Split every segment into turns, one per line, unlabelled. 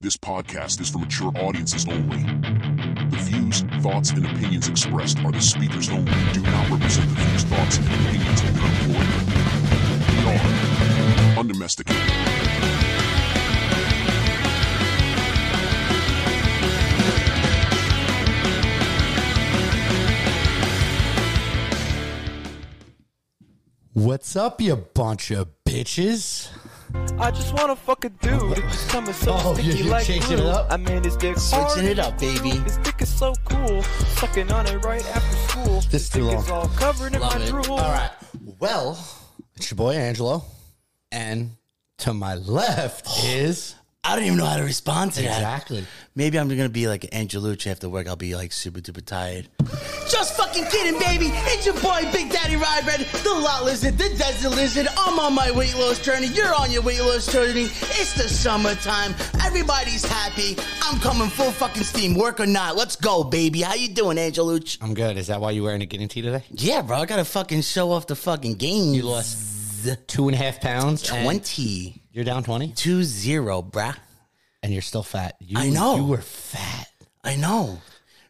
This podcast is for mature audiences only. The views, thoughts, and opinions expressed are the speakers only and do not represent the views, thoughts, and opinions of their employer. We are undomesticated.
What's up, you bunch of bitches?
I just wanna fuck a dude. It just come so
Oh,
sticky
you're- you're
like
changing it
glue.
up?
I mean, his dick hard.
Switching it up, baby.
His dick is so cool. Sucking on it right after school.
This
his
too
dick
long.
is all covered in
Love
my
it.
drool.
All right. Well, it's your boy Angelo, and to my left is
I don't even know how to respond to that.
exactly.
Maybe I'm gonna be like Angelucci after work. I'll be like super duper tired. Just fucking kidding, baby. It's your boy Big Daddy Ride Red, the lot lizard, the desert lizard. I'm on my weight loss journey. You're on your weight loss journey. It's the summertime. Everybody's happy. I'm coming full fucking steam. Work or not, let's go, baby. How you doing, Angelucci?
I'm good. Is that why you're wearing a guinea tee today?
Yeah, bro. I gotta fucking show off the fucking game. You lost
Two and a half pounds. and
20
You're down twenty,
2-0, bruh.
and you're still fat. You,
I know.
You were fat.
I know.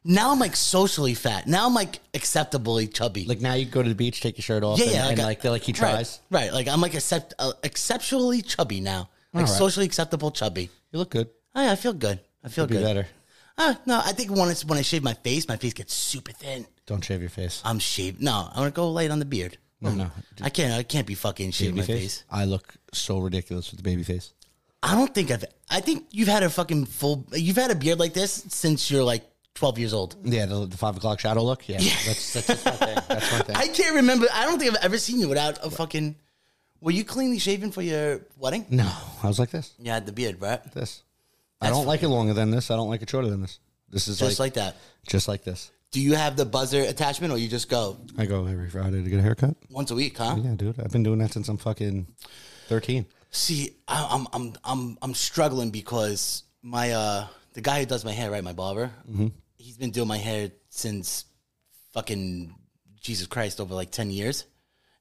Now I'm like socially fat. Now I'm like acceptably chubby.
Like now, you go to the beach, take your shirt off,
yeah,
and,
yeah.
and
I-
like they're like he
right,
tries.
Right. Like I'm like accept uh, exceptionally chubby now. Like
All right.
socially acceptable chubby.
You look good.
Oh, yeah, I feel good. I feel
Be
good.
better.
Uh, no, I think when, it's, when I shave my face, my face gets super thin.
Don't shave your face.
I'm shaved. No, I'm gonna go light on the beard.
No, no.
I can't. I can't be fucking shaving my face.
I look so ridiculous with the baby face.
I don't think I've. I think you've had a fucking full. You've had a beard like this since you're like 12 years old.
Yeah, the, the five o'clock shadow look. Yeah, that's that's just my thing. That's my thing.
I can't remember. I don't think I've ever seen you without a fucking. Were you cleanly shaven for your wedding?
no, I was like this.
Yeah, I had the beard, right?
this. I don't like it longer than this. I don't like it shorter than this. This is
Just
like,
like that.
just like this.
Do you have the buzzer attachment, or you just go
I go every Friday to get a haircut.
once a week, huh?
Yeah, dude. I've been doing that since I'm fucking thirteen.
See, I, I'm I'm I'm I'm struggling because my uh the guy who does my hair, right, my barber, he's been doing my hair since fucking Jesus Christ over like ten years,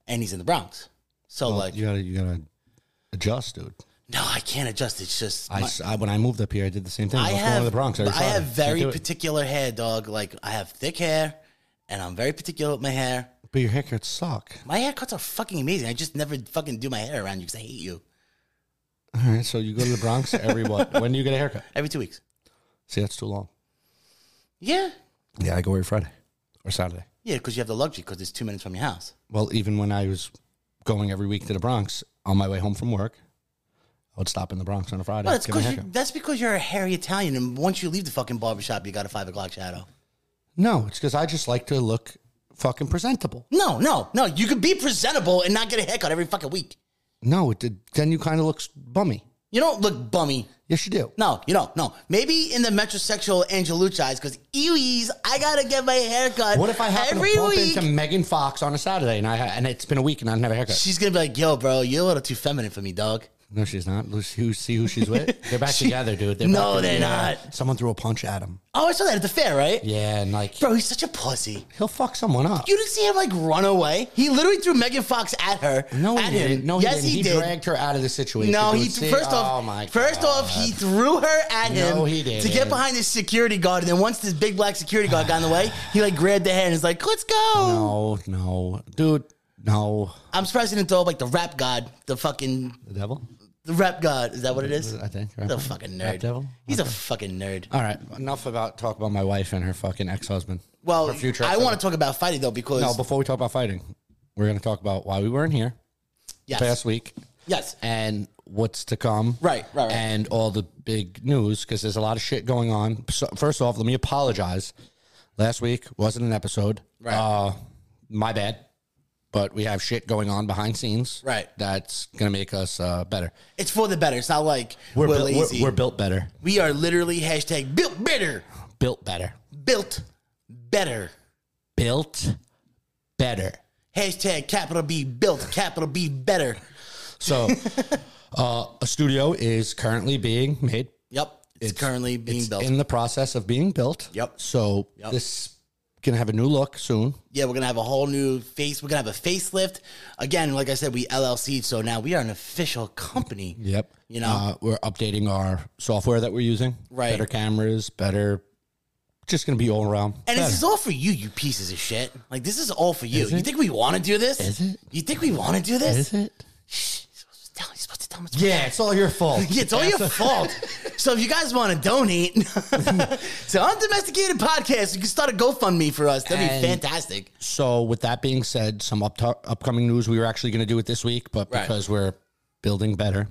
and he's in the Bronx. So like,
you gotta you gotta adjust, dude.
no, I can't adjust. It's just
I,
my-
s- I- when I moved up here, I did the same thing. I,
I
was
have
going to the Bronx. every
I
Friday.
have very
Can't do it.
particular hair, dog. Like I have thick hair, and I'm very particular with my hair.
but your haircuts suck.
My haircuts are fucking amazing. I just never fucking do my hair around you because I hate you.
All right, so you go to the Bronx every what? When do you get a haircut?
Every two weeks.
See, that's too long.
Yeah.
Yeah, I go every Friday or Saturday.
Yeah, because you have the luxury because it's two minutes from your house.
Well, even when I was going every week to the Bronx on my way home from work, I would stop in the Bronx on a Friday.
Well, that's
get my
because
haircut.
that's because you're a hairy Italian, and once you leave the fucking barbershop, you got a five o'clock shadow.
No, it's because I just like to look fucking presentable.
No, no, no. You could be presentable and not get a haircut every fucking week.
No, it did, then you kind of look s- bummy.
You don't look bummy.
Yes, you do.
No, you don't. No, maybe in the metrosexual Angelucci eyes, because ewees, I gotta get my haircut.
What if I happen
every
to bump
week?
into Megan Fox on a Saturday and I ha- and it's been a week and I do not have a haircut?
She's gonna be like, "Yo, bro, you're a little too feminine for me, dog."
no, she's not. Let's who- see who she's with. They're back together, dude. They're
No,
back
they're
together. Someone threw a punch at him.
Oh, I saw that at the fair, right?
Yeah, and like
Bro, he's such a pussy.
he'll fuck someone up.
You didn't see him like run away. He literally threw Megan Fox at her.
no,
at
he didn't.
Him.
No, he
yes,
didn't.
he,
He,
did.
dragged her out of the situation.
no,
dude.
he
See-
first
Oh
off,
my
first off, he threw her at him.
No, he
to
didn't.
get behind this security guard. And then once this big black security guard got in the way, he like grabbed the hand and was like, "Let's go."
No, no, dude, no.
I'm surprised he didn't throw up like the rap god, the fucking
The devil,
the rap god. Is that what it is?
I think. right?
The fucking nerd.
Rap devil. Uh,
He's a fucking nerd.
All right, enough about talk about my wife and her fucking ex husband.
Well,
her future
I
ex-husband.
want to talk about fighting though because
No, before we talk about fighting, we're going to talk about why we weren't here
yes,
past week
yes,
and what's to come.
Right, right, right.
And all the big news because there's a lot of shit going on. So, first off, let me apologize. Last week wasn't an episode.
Right.
Uh, my bad. But we have shit going on behind scenes.
Right.
That's going to make us uh, better.
it's for the better. It's not like we're,
We're, built- we're-
lazy.
we're built better.
we are literally hashtag built better,
Built better.
built better.
Built better.
Hashtag capital B built capital B better.
So, uh, a studio is currently being made.
Yep, it's, currently being
It's
built.
in the process of being built.
Yep.
So
Yep.
this gonna have a new look soon.
Yeah, we're gonna have a whole new face. We're gonna have a facelift. Again, like I said, we LLC, so now we are an official company.
Yep.
You know?
uh, we're updating our software that we're using.
Right.
Better cameras, better. Just gonna be all around.
And
better.
this is all for you, you pieces of shit. Like this is all for you. you think we want to do this?
Is it?
You think we want to do this?
Is it?
Tell- You're supposed to tell me.
Yeah, it's all your fault.
Yeah, it's all your fault. So if you guys want to donate to Undomesticated Podcast, you can start a GoFundMe for us. That'd
And-
be fantastic.
So, with that being said, some up upcoming news we were actually going to do it this week, but
Right.
because we're building better,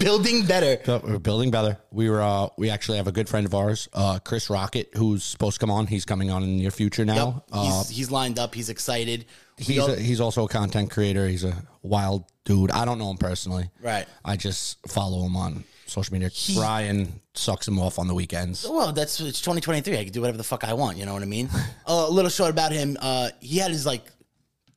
Building better.
but we're building better. We were uh, we actually have a good friend of ours, uh, Chris Rocket, who's supposed to come on. He's coming on in the near future now.
Yep.
Uh,
he's, he's lined up. He's excited. We
he's
all-
a, he's also a content creator. He's a wild dude. I don't know him personally.
Right.
I just follow him on social media. Brian sucks him off on the weekends.
Well, that's it's 2023. I can do whatever the fuck I want. You know what I mean? uh, a little short about him. Uh, he had his like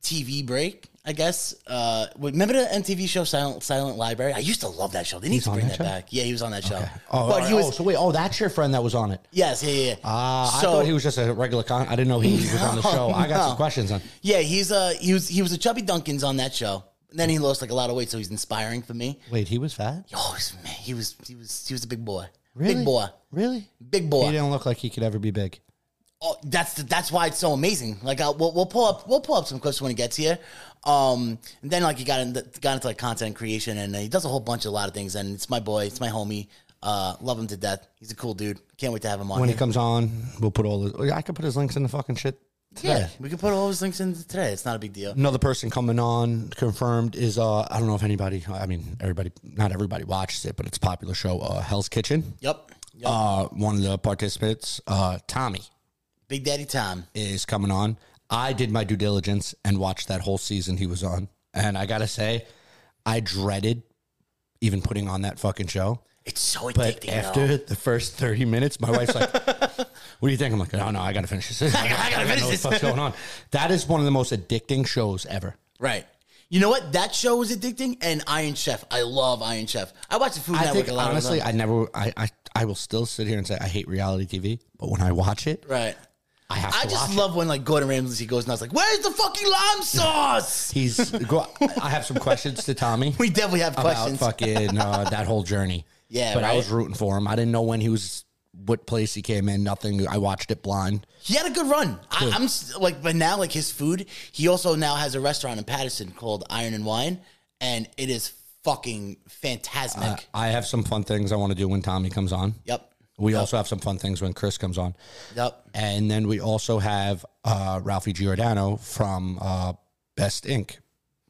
TV break, I guess. Uh, remember the MTV show Silent Silent Library? I used to love that show. They need to
on
bring that,
that show?
back. Yeah, he was on that show.
Oh,
but he was.
oh, so wait. Oh, that's your friend that was on it.
yes, yeah, yeah. yeah.
Uh, I thought he was just a regular con. I didn't know he was on the
No,
show. I got
no.
some questions on.
yeah, he's uh, he was he was a chubby Dunkins on that show. And then he lost like a lot of weight, so he's inspiring for me.
Wait, he was fat?
Oh man, he was he was he was a big boy.
Really?
Big boy.
Really?
Big boy.
He didn't look like he could ever be big.
oh, that's the, that's why it's so amazing. Like I'll, we'll, we'll pull up we'll pull up some clips when he gets here. Um, and then like he got into, got into like content creation and uh, he does a whole bunch of a lot of things. And it's my boy, it's my homie. Uh, love him to death. He's a cool dude. Can't wait to have him on.
When he
here.
comes on, we'll put all his. I could put his links in the fucking shit. Today.
yeah, we can put all those links in today. It's not a big deal.
Another person coming on confirmed is uh I don't know if anybody I mean everybody not everybody watches it but it's a popular show uh Hell's Kitchen.
Yep. Yep.
Uh one of the participants uh Tommy
big Daddy Tom.
is coming on. I did my due diligence and watched that whole season he was on and I got to say I dreaded even putting on that fucking show.
It's so addicting.
But after
though.
the first 30 minutes, my wife's like, What do you think? I'm like, No, no, I gotta finish this. I,
gotta
don't
finish
know what the
this."
fuck's going on? That is one of the most addicting shows ever.
right. You know what? That show was addicting, and Iron Chef. I love Iron Chef. I watch the Food
I
Network
think,
a lot.
honestly,
of
I never, I, I, I will still sit here and say I hate reality TV, but when I watch it,
right.
I have to
I just
watch
love when like Gordon Ramsay goes nuts. Like, where's the fucking lime sauce?
it. He's, go, I have some questions to Tommy
We definitely have
about
questions.
fucking uh, that whole journey.
Yeah,
but I
right.
was rooting for him. I didn't know when he was, what place he came in. Nothing. I watched it blind.
He had a good run. I, I'm s- like, but now like his food. He also now has a restaurant in Patterson called Iron and Wine, and it is fucking fantastic.
I have some fun things I want to do when Tommy comes on.
yep,
We also have some fun things when Chris comes on.
yep.
And then we also have uh, Ralphie Giordano from uh, Best Inc.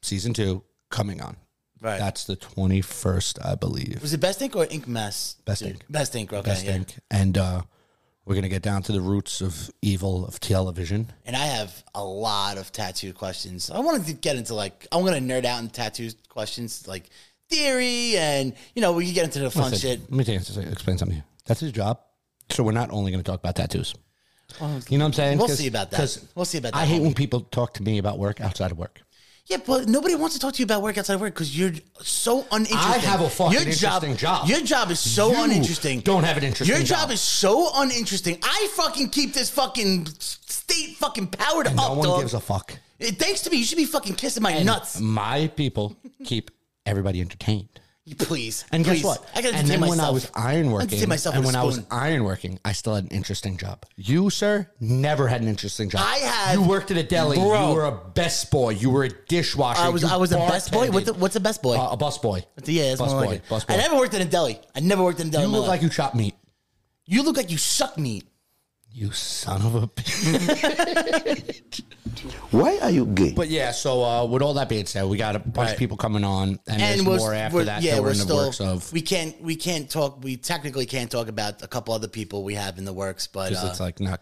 season two coming on.
Right.
That's the 21st, I believe.
Was it Best Ink or Ink Mess?
Best
dude?
Ink.
Best Ink. Okay.
Best
yeah.
Inc. And uh, we're going to get down to the roots of evil of television.
And I have a lot of tattoo questions. I wanted to get into like I'm gonna nerd out in tattoo questions, like theory, and you know we can get into the fun
Listen,
shit.
Let me tell you, explain something. to you. That's his job. So we're not only going to talk about tattoos. You know what I'm saying?
We'll
'Cause-
see about that.
'cause
We'll see about
I
that,
hate
homie.
when people talk to me about work outside of work.
Yeah, but nobody wants to talk to you about work outside of work because you're so uninteresting.
I have a fucking
your job,
interesting job.
Your job is so
You
uninteresting.
don't have an interesting
Your job
job.
is so uninteresting. I fucking keep this fucking state fucking powered
And
up,
no one
Oh, dog.
gives a fuck.
Eh, Thanks to me, you should be fucking kissing my nuts,
My people keep everybody entertained.
please.
And
please.
guess what?
I gotta
and
entertain
then
myself.
when I was
entertain
ironworking,
myself
and
with
when
a
I was
spoon.
ironworking, I still had an interesting job. You, sir, never had an interesting job.
I had-
You worked at a deli.
Bro.
You were a best boy. You were a dishwasher.
I was
You
I was a best boy.
bartended.
What the, what's a best boy?
Uh, a bus boy.
yeah, that's
bus
more
boy.
like it.
Bus boy.
I never worked in a deli. I never worked in a deli.
you
in Oh, my
look
life.
like you chop meat.
you look like you suck meat.
You son of a bitch.
Why are you gay?
But yeah, so uh, with all that being said, we got a bunch
Right.
of people coming on, and, there's
we're-
more after
we're-
that that we're, in the works of.
We can't we can't talk. We technically can't talk about a couple other people we have in the works, but
'cause
uh,
it's like not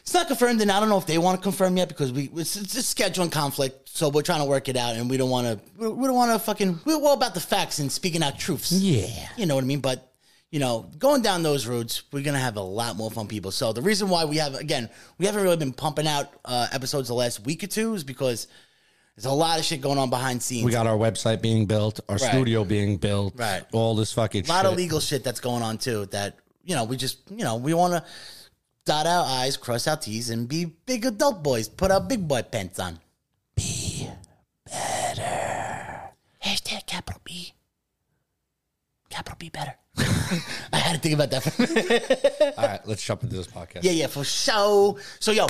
it's not confirmed, and I don't know if they want to confirm yet because we it's, it's a scheduling conflict. So we're trying to work it out, and we don't want to we we don't want to fucking we're all about the facts and speaking out truths.
Yeah.
you know what I mean, but. You know, going down those routes, we're gonna have a lot more fun, people. So the reason why we have, again, we haven't really been pumping out uh, episodes the last week or two is because there's a lot of shit going on behind scenes.
We got our website being built, our studio being built,
Right.
all this fucking
a lot
shit.
of legal shit that's going on too that you know we just you know we want to dot our I's, cross our T's, and be big adult boys. Put our big boy pants on. Be better. Hashtag capital B. Capital B better. I had to think about that for a minute.
All right, let's jump into this podcast.
Yeah, yeah, for sure. So, yo,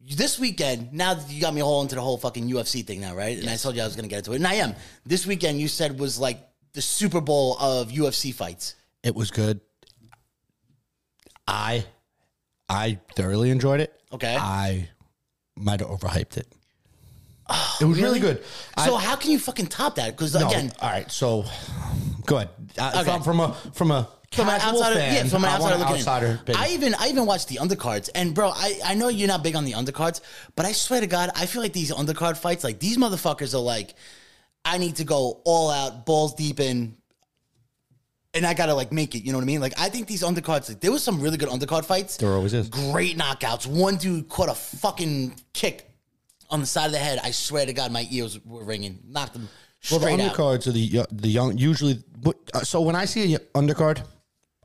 this weekend, now that you got me all into the whole fucking UFC thing now, right? And I told you I was going to get into it. And I am. This weekend, you said was like the Super Bowl of UFC fights.
It was good. I I thoroughly enjoyed it.
Okay.
I might have overhyped it. it was really, good.
Oh, so, how can you fucking top that? Because,
No,
again,
all right. So, go ahead. Uh,
Okay.
from, from a from a
from an
casual
outsider,
fan,
yeah, from an
I want
outsider looking in.
outsider.
I
I,
even I even watched the undercards, and bro, I I know you're not big on the undercards, but I swear to God, I feel like these undercard fights, like these motherfuckers are like, I need to go all out, balls deep in. And I gotta like make it, you know what I mean? Like I think these undercards, like, there was some really good undercard fights.
there always is.
Great knockouts. One dude caught a fucking kick on the side of the head. I swear to God, my ears were ringing. Knocked him
Well, the
straight out.
undercards are the yo- the young. Usually, what- uh, so when I see a y- undercard,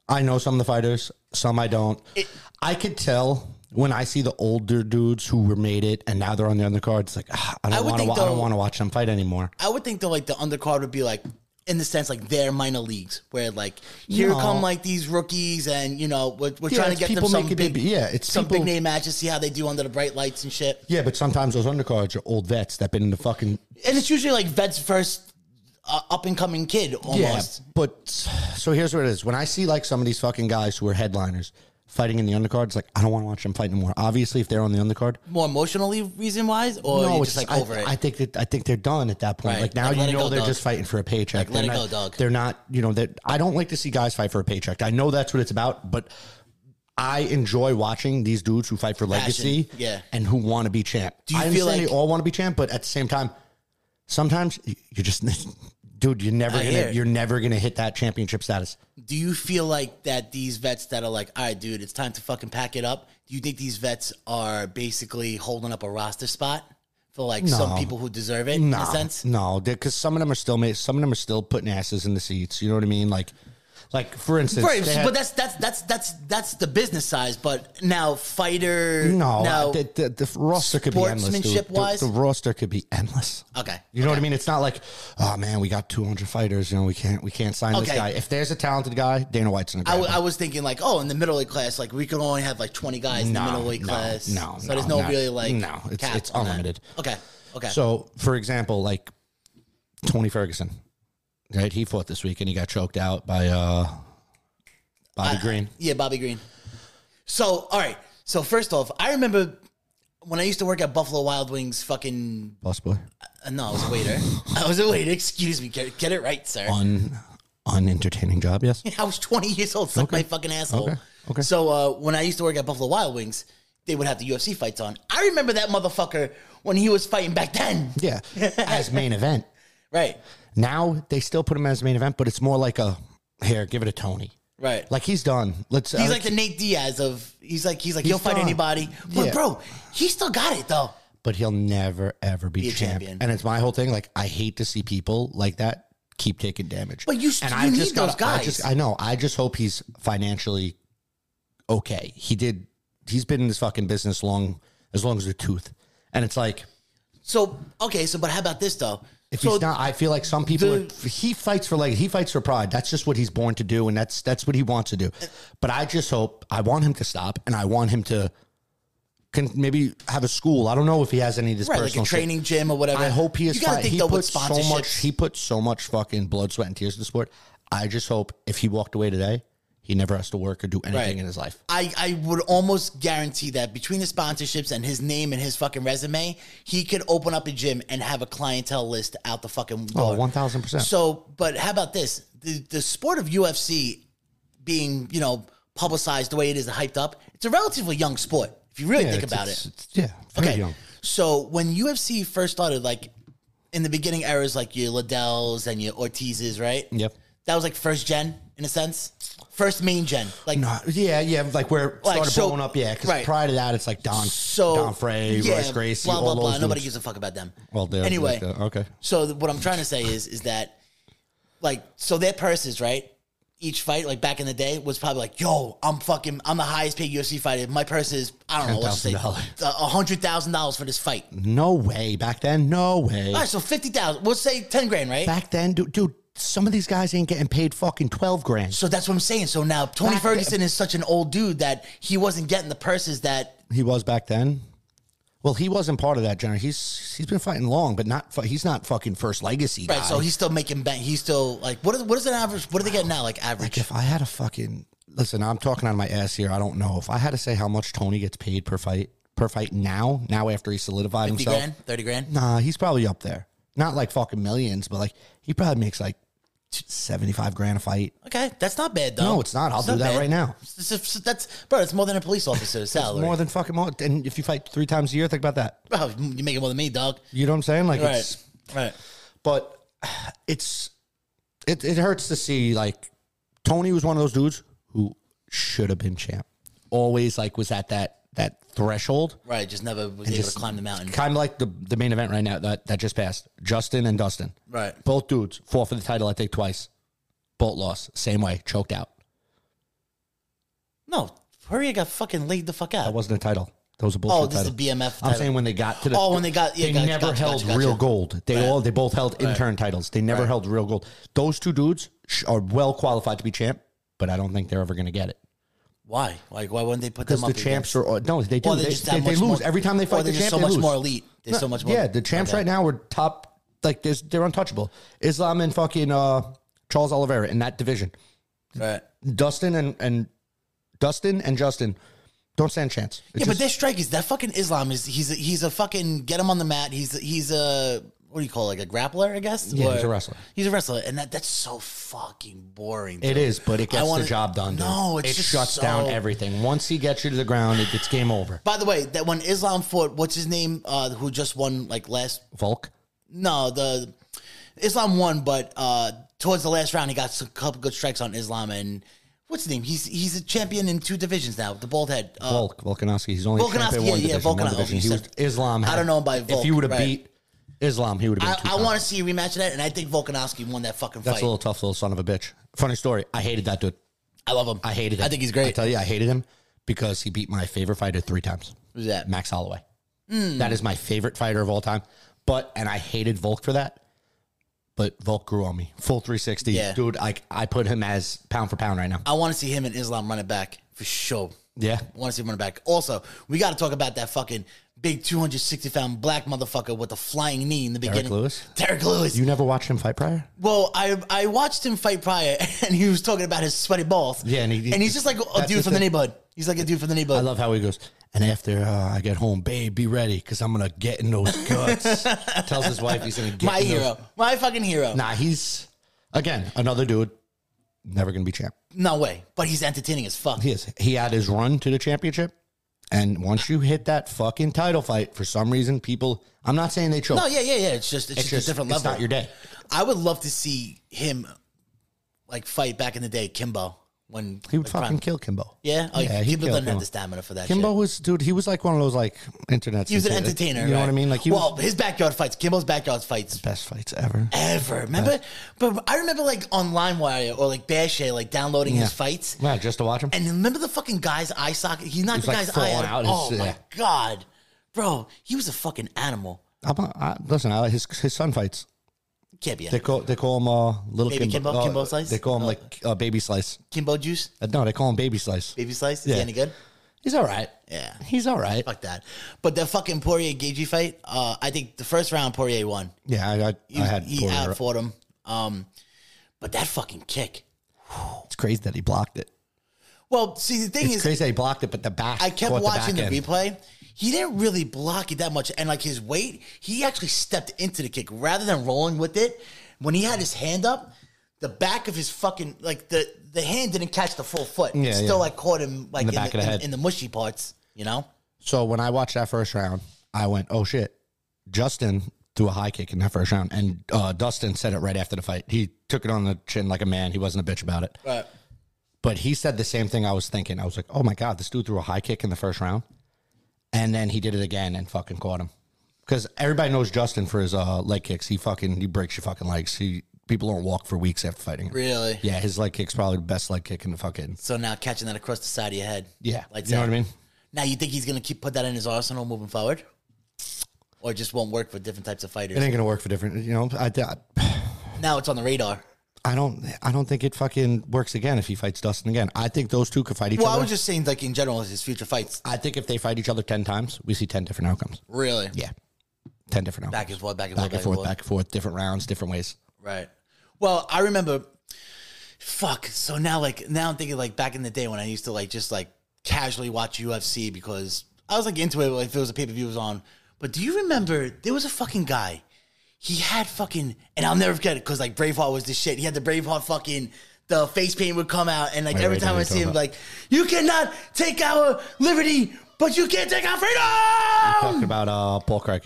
I know some of the fighters, some I don't. I could tell when I see the older dudes who were made it and now they're on the undercard. It's like ah, I
I
don't
would
want to.
think
I
though-
don't want to watch them fight anymore.
I would think though, like the undercard would be like, in the sense, like their minor leagues, where like here
No.
come like these rookies, and you know we're, we're
Yeah,
trying to
it's
get them
people
some
making
big,
debut- yeah, it's
some
people-
big name matches, see how they do under the bright lights and shit.
Yeah, but sometimes those undercards are old vets that been in the fucking
And it's usually like vets first, uh, up and coming kid almost.
Yeah, but so here's what it is. When I see like some of these fucking guys who are headliners fighting in the undercard, it's like I don't want to watch them fight anymore. Obviously, if they're on the undercard,
More emotionally reason wise, or
no,
you're
it's
just like
I,
over it.
I think that I think they're done at that point.
Right.
Like now
Like, let
you
it
know
go,
they're
dog.
just fighting for a paycheck.
Like, let
they're
it
not,
go, dog.
They're not. You know that I don't like to see guys fight for a paycheck. I know that's what it's about, but. I enjoy watching these dudes who fight for legacy
yeah.
and who want to be champ.
Do you
I
feel
understand
like-
they all want to be champ, but at the same time, sometimes you- you're just, dude, you're never
I hear
gonna,
it.
you're never gonna hit that championship status.
do you feel like that these vets that are like, all right, dude, it's time to fucking pack it up? Do you think these vets are basically holding up a roster spot for like some
No.
people who deserve it? In
No,
a sense,
no, because some of them are still ma- some of them are still putting asses in the seats. You know what I mean? Like, like for instance,
Right,
they had-
but that's that's that's that's that's the business size. But now fighter,
no,
now,
the, the, the roster could be endless. dude.
sportsmanship
The-
wise?
the, roster could be endless.
okay,
You know what I mean? It's not like, oh man, we got 200 fighters. You know, we can't we can't sign
Okay.
this guy. If there's a talented guy, Dana White's gonna
I,
grab
w- I
him.
was thinking like, oh, in the middleweight class, like we could only have like twenty guys in the
No,
middleweight
no,
class.
no,
so there's
no,
no
not-
really like
no, it's-
cap
it's
on that.
unlimited.
Okay, okay,
So, for example, like Tony Ferguson, right? He fought this week and he got choked out by uh, Bobby
I-
Green.
yeah, Bobby Green. So all right, so first off, I remember when I used to work at Buffalo Wild Wings. Fucking
Boss boy,
uh, no, I was a waiter. I was a waiter. Excuse me, get, get it right, sir.
un unentertaining job. Yes.
I was 20 years old. Suck my fucking asshole.
Okay. Okay.
So uh, when I used to work at Buffalo Wild Wings, they would have the UFC fights on. I remember that motherfucker when he was fighting back then.
Yeah, as main event.
Right.
Now they still put him as main event, but it's more like a here, give it a Tony.
Right.
Like he's done. Let's.
he's
uh,
like the Nate Diaz of. He's like he's like he'll fight
done.
anybody, but
Yeah.
bro, he still got it though.
but he'll never ever be,
a
champ.
champion.
And it's my whole thing. Like I hate to see people like that keep taking damage.
But you-
and
you
I
need
just
those
gotta- I
guys.
just- I know. I just hope he's financially okay. He did. He's been in this fucking business long as long as a tooth, and it's like.
So okay, so but how about this though?
If
so
he's not, I feel like some people are, he fights for like he fights for pride. That's just what he's born to do, and that's that's what he wants to do. But I just hope I want him to stop, and I want him to can maybe have a school. I don't know if he has any of this
right, like a
personal shit.
training gym or whatever.
I hope he is.
You gotta
fine.
think
he
though
put
with
so
sponsorships.
much. He put so much fucking blood, sweat, and tears in the sport. I just hope if he walked away today, he never has to work or do anything
Right.
in his life.
I, I would almost guarantee that between the sponsorships and his name and his fucking resume, he could open up a gym and have a clientele list out the fucking door.
Oh, one thousand percent.
So, but how about this? The, the sport of UFC being, you know, publicized the way it is and hyped up, it's a relatively young sport if you really think about it.
Yeah. very
Okay.
young.
So when UFC first started, like in the beginning eras, like your Liddells and your Ortizes, right?
Yep.
That was like first gen in a sense, first main gen. Like,
No, yeah, yeah, like we're
Like,
started
so-
blowing up, yeah. Because
right.
prior to that, it's like Don,
so
Don Frey,
yeah,
Royce Gracie,
blah blah
all
blah.
those
Nobody
dudes.
gives a fuck about them.
Well, they're
anyway.
like uh, the- okay.
So th- what I'm trying to say is, is that like so their purses, right? each fight, like back in the day, was probably like, "Yo, I'm fucking, I'm the highest paid UFC fighter. My person is, I don't know, let's just say,
$10,000.
a hundred thousand dollars for this fight.
No way. Back then, no way.
All right, so fifty thousand. We'll say ten grand, right?
Back then, dude, dude, some of these guys ain't getting paid fucking 12 grand.
So that's what I'm saying. So now Tony
Back then-
Ferguson is such an old dude that he wasn't getting the purses that
He was back then. Well, he wasn't part of that generation. He's he's been fighting long, but not fu- he's not fucking first legacy guy.
right. So he's still making bank. He's still like what? Is, what is an average? What do they get now? Like
like
average?
if I had a fucking listen, I'm talking on my ass here. I don't know if I had to say how much Tony gets paid per fight per fight now. Now after he solidified
Fifty
himself,
grand, thirty grand.
nah, he's probably up there. Not like fucking millions, but like he probably makes like seventy five grand a fight.
Okay, that's Oh, not bad though.
No, it's not. I'll do that right now.
It's just- that's bro. It's more than a police officer's salary.
More than fucking more. And if you fight three times a year, think about that.
bro, you make it more than me, dog.
You know what I'm saying? Like
Right,
it's
right.
but it's it, it hurts to see like Tony was one of those dudes who should have been champ. Always like was at that that threshold.
Right, just never was able
just-
to climb the mountain.
Kind of like the the main event right now that that just passed. Justin and Dustin.
Right.
Both dudes fought for the title I think twice. Both lost. Same way, choked out.
No, Poirier got fucking laid the fuck out.
That wasn't a title. That was a bullshit.
oh, this is
title.
the BMF.
I'm
title.
saying when they got to the
Oh, when they got- yeah,
they
gotcha,
never
gotcha,
held
gotcha,
real
gotcha.
gold. They all they both held
Right.
intern titles. They never
Right.
held real gold. Those two dudes sh- are well qualified to be champ, but I don't think they're ever going to get it
why? Like, why wouldn't they put them
because
up
the champs
against-
are are no, they do.
Well,
they
they're
they,
just that
they
much
lose
more-
every time they
or
fight.
they're
the champ,
just so
they
much
lose.
more elite. They're so much more.
Yeah, the champs
Okay.
right now were top. Like there's, they're untouchable. Islam and fucking uh, Charles Oliveira in that division.
Right.
Dustin and and Dustin and Justin don't stand a chance. It's
Yeah, but
just-
their strikers, that fucking Islam is he's a, he's a fucking get him on the mat. He's a, he's a what do you call it, like a grappler, I guess.
Yeah, he's a wrestler.
He's a wrestler, and that that's so fucking boring.
It
dude.
is, but it
I
gets
wanna-
the job done. Dude.
No, it's
it
just
shuts down
so-
everything. Once he gets you to the ground, it, it's game over.
By the way, that when Islam fought, what's his name? Uh, who just won like last?
Volk,
No, the Islam won, but uh, towards the last round, he got a couple good strikes on Islam and. What's his name? He's he's a champion in two divisions now. The bald head. Uh,
Volk, Volkanovski. He's only
Volkanovski,
champion
yeah,
one
yeah,
division, one
Volkanovski,
division.
you
He was
said-
Islam.
I
had-
don't know by
If
Volk,
he would have
right.
beat Islam, he would have been.
I, I want to see a rematch of that, and I think Volkanovski won that fucking
That's
fight.
a little tough, little son of a bitch. Funny story. I hated that dude.
I love him.
I hated him.
I think he's great.
I tell you, I hated him because he beat my favorite fighter three times.
Who's that?
Max Holloway. That is my favorite fighter of all time. But and I hated Volk for that. But Volk grew on me. Full 360.
Yeah.
Dude, I I put him as pound for pound right now.
I want to see him and Islam run it back for sure.
Yeah.
I want to see him run it back. Also, we got to talk about that fucking big 260 pound black motherfucker with the flying knee in the beginning.
Lewis?
Derek Lewis.
You never watched him fight prior?
well, I I watched him fight prior, and he was talking about his sweaty balls.
Yeah, and he-
he's just like a
that's
dude
the
from the
thing.
neighborhood. He's like a dude from the
I
neighborhood.
love how he goes. And after uh, I get home, babe, be ready because I'm gonna get in those guts. Tells his wife he's gonna get
My
in those-
hero, my fucking hero.
Nah, he's again another dude. Never gonna be champ.
No way, but he's entertaining as fuck.
He is. He had his run to the championship. And once you hit that fucking title fight, for some reason, people, I'm not saying they choke.
No, yeah, yeah, yeah. It's just it's,
it's
just, a different
it's
level.
not your day.
I would love to see him like fight back in the day, Kimbo. When
He would
like,
fucking
prime-
kill Kimbo.
Yeah, oh,
Yeah, he'd
Kimbo
kill
doesn't have
Kimbo.
the stamina for that.
Kimbo
shit.
was, dude, he was like one of those like internet.
he was an
sensation-
entertainer.
You know what I
right?
mean? Like he
well,
was
his backyard fights, Kimbo's backyard fights.
best fights ever.
Ever remember? But I remember like on LimeWire or like Bashay, like downloading
Yeah.
his fights,
Yeah, just to watch him.
and remember the fucking guy's eye socket. He
He's,
knocked the
like,
guy's eye
falling out.
out. oh
It's-
my
yeah.
god, bro, he was a fucking animal.
I'm a, I, listen, I, his his son fights.
Can't be
They
a
call they call him uh, little
Baby
Kimbo.
Kimbo?
Uh,
Kimbo Slice?
They call him
Oh.
like uh, baby slice.
Kimbo juice,
Uh, no, they call him baby slice.
baby slice. Is
Yeah.
he any good?
He's all right.
Yeah.
he's all right.
Fuck that. But that fucking Poirier Gagey fight, uh, I think the first round Poirier won.
Yeah, I, I,
He,
I had
he
Poirier up.
outfought him. Um, but that fucking kick.
It's crazy that he blocked it.
Well, see the thing
It's
is,
crazy that he blocked it, but the back.
I kept
caught
watching the,
back end.
replay. He didn't really block it that much, and like his weight, he actually stepped into the kick rather than rolling with it. When he had his hand up, the back of his fucking like the the hand didn't catch the full foot.
Yeah,
Still,
yeah.
like caught him like in
the
the,
back of the
in-
head.
in the mushy parts. You know.
So when I watched that first round, I went, "Oh shit!" Justin threw a high kick in that first round, and uh, Dustin said it right after the fight. He took it on the chin like a man. He wasn't a bitch about it.
Right.
But he said the same thing I was thinking. I was like, "Oh my god, this dude threw a high kick in the first round," and then he did it again and fucking caught him. Because everybody knows Justin for his uh, leg kicks. He fucking he breaks your fucking legs. He people don't walk for weeks after fighting him.
Really?
Yeah, his leg kick's probably the best leg kick in the fucking.
So now catching that across the side of your head.
Yeah,
Lights
you know
out.
what I mean.
Now you think he's gonna keep put that in his arsenal moving forward, or it just won't work for different types of
It
fighters?
ain't gonna work for different. You know, I, I,
Now it's on the radar.
I don't, I don't think it fucking works again if he fights Dustin again. I think those two could fight each
Well, I
other.
was just saying, like in general, his future fights.
I think if they fight each other ten times, we see ten different outcomes.
Really?
Yeah, ten different outcomes.
Back and forth, back and
back
forth,
and forth, back and forth, different rounds, different ways.
Right. Well, I remember. Fuck. So now, like now, I'm thinking like back in the day when I used to like just like casually watch UFC because I was like into it. Like if it was a pay per view was on. But do you remember there was a fucking guy? He had fucking, and I'll never forget it because like Braveheart was the shit. He had the Braveheart fucking. The face paint would come out, and like
Right,
every
right,
time
right,
I see him,
talking about-
like, you cannot take our liberty, but you can't take our freedom.
Talking about uh, Paul Craig,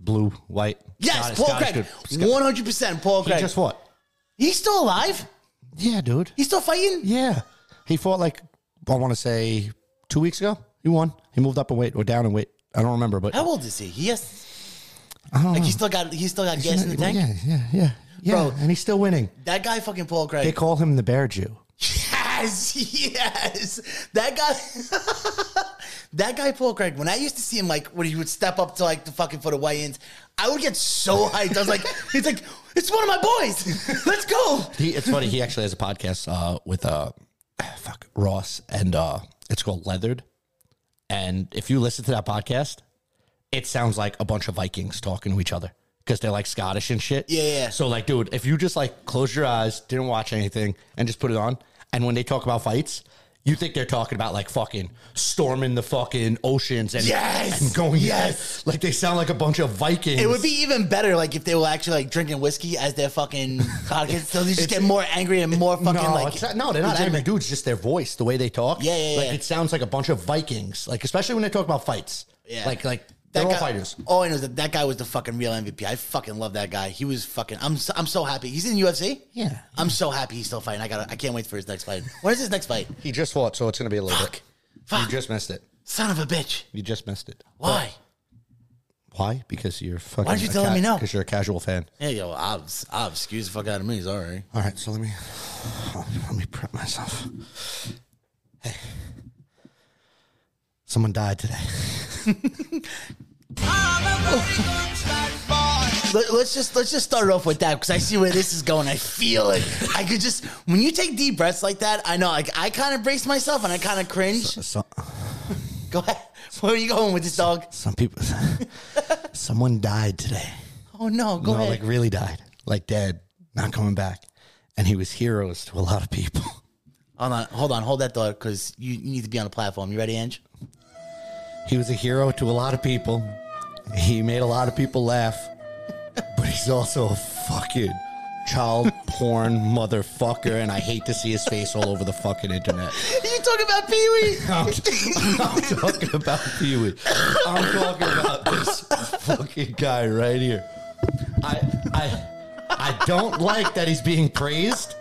blue, white.
Yes,
Scottish-
Paul
Scottish
Craig,
dude. Sc-
one hundred percent. Paul
He
Craig.
just what?
He's still alive.
Yeah, dude.
He's still fighting.
Yeah, he fought like I want to say two weeks ago. He won. He moved up in weight or down in weight. I don't remember, but
How old is he? He has. like he still got he still got gas in the tank.
yeah, yeah, yeah, yeah.
Bro.
and he's still winning.
That guy fucking Paul
They
Craig.
call him the Bear Jew.
Yes, yes. That guy. that guy Paul Craig. When I used to see him, like when he would step up to like the fucking for the weigh-ins, I would get so hyped. I was like, he's like, it's one of my boys. Let's go.
He, it's funny. He actually has a podcast uh, with uh, fuck Ross, and uh, it's called Leathered. And if you listen to that podcast, it sounds like a bunch of Vikings talking to each other because they're like Scottish and shit.
Yeah, yeah.
So like, dude, if you just like close your eyes, didn't watch anything, and just put it on, and when they talk about fights. You think they're talking about like fucking storming the fucking oceans and,
Yes!
and going
Yes!
like they sound like a bunch of Vikings.
It would be even better like if they were actually like drinking whiskey as their fucking podcast. So they just get more angry and more fucking
no,
like
it's not, no, they're not angry dudes. Just their voice, the way they talk.
Yeah, yeah,
Like
yeah.
it sounds like a bunch of Vikings. Like especially when they talk about fights.
Yeah.
Like like they're
That
all
guy,
fighters.
All I know is that that guy was the fucking real MVP. I fucking love that guy. He was fucking. I'm so, I'm so happy. He's in UFC.
Yeah.
I'm so happy he's still fighting. I got. to I can't wait for his next fight. What is his next fight?
He just fought, so it's gonna be a little
Fuck.
bit.
Fuck.
You just missed it.
Son of a bitch.
You just missed it.
Why?
Why? Because you're fucking.
Why aren't you telling me no?
Because you're a casual fan.
Yeah, yo, I'll, I'll excuse the fuck out of me. Sorry.
All right, so let me let me prep myself. Hey, someone died today.
Let, let's just let's just start off with that because I see where this is going. I feel it. I could just when you take deep breaths like that. I know. Like I kind of brace myself and I kind of cringe.
So,
Go ahead. Where are you going with this dog?
some people, someone died today.
Oh no. Go
no,
ahead.
like really died, like dead, not coming back. And he was heroes to a lot of people.
Hold on, hold on, hold that thought because you, you need to be on the platform. You ready, Ange?
He was a hero to a lot of people. He made a lot of people laugh. But he's also a fucking child porn motherfucker, and I hate to see his face all over the fucking internet.
You talking about Pee Wee?
I'm, I'm talking about Pee Wee. I'm talking about this fucking guy right here. I I I don't like that he's being praised.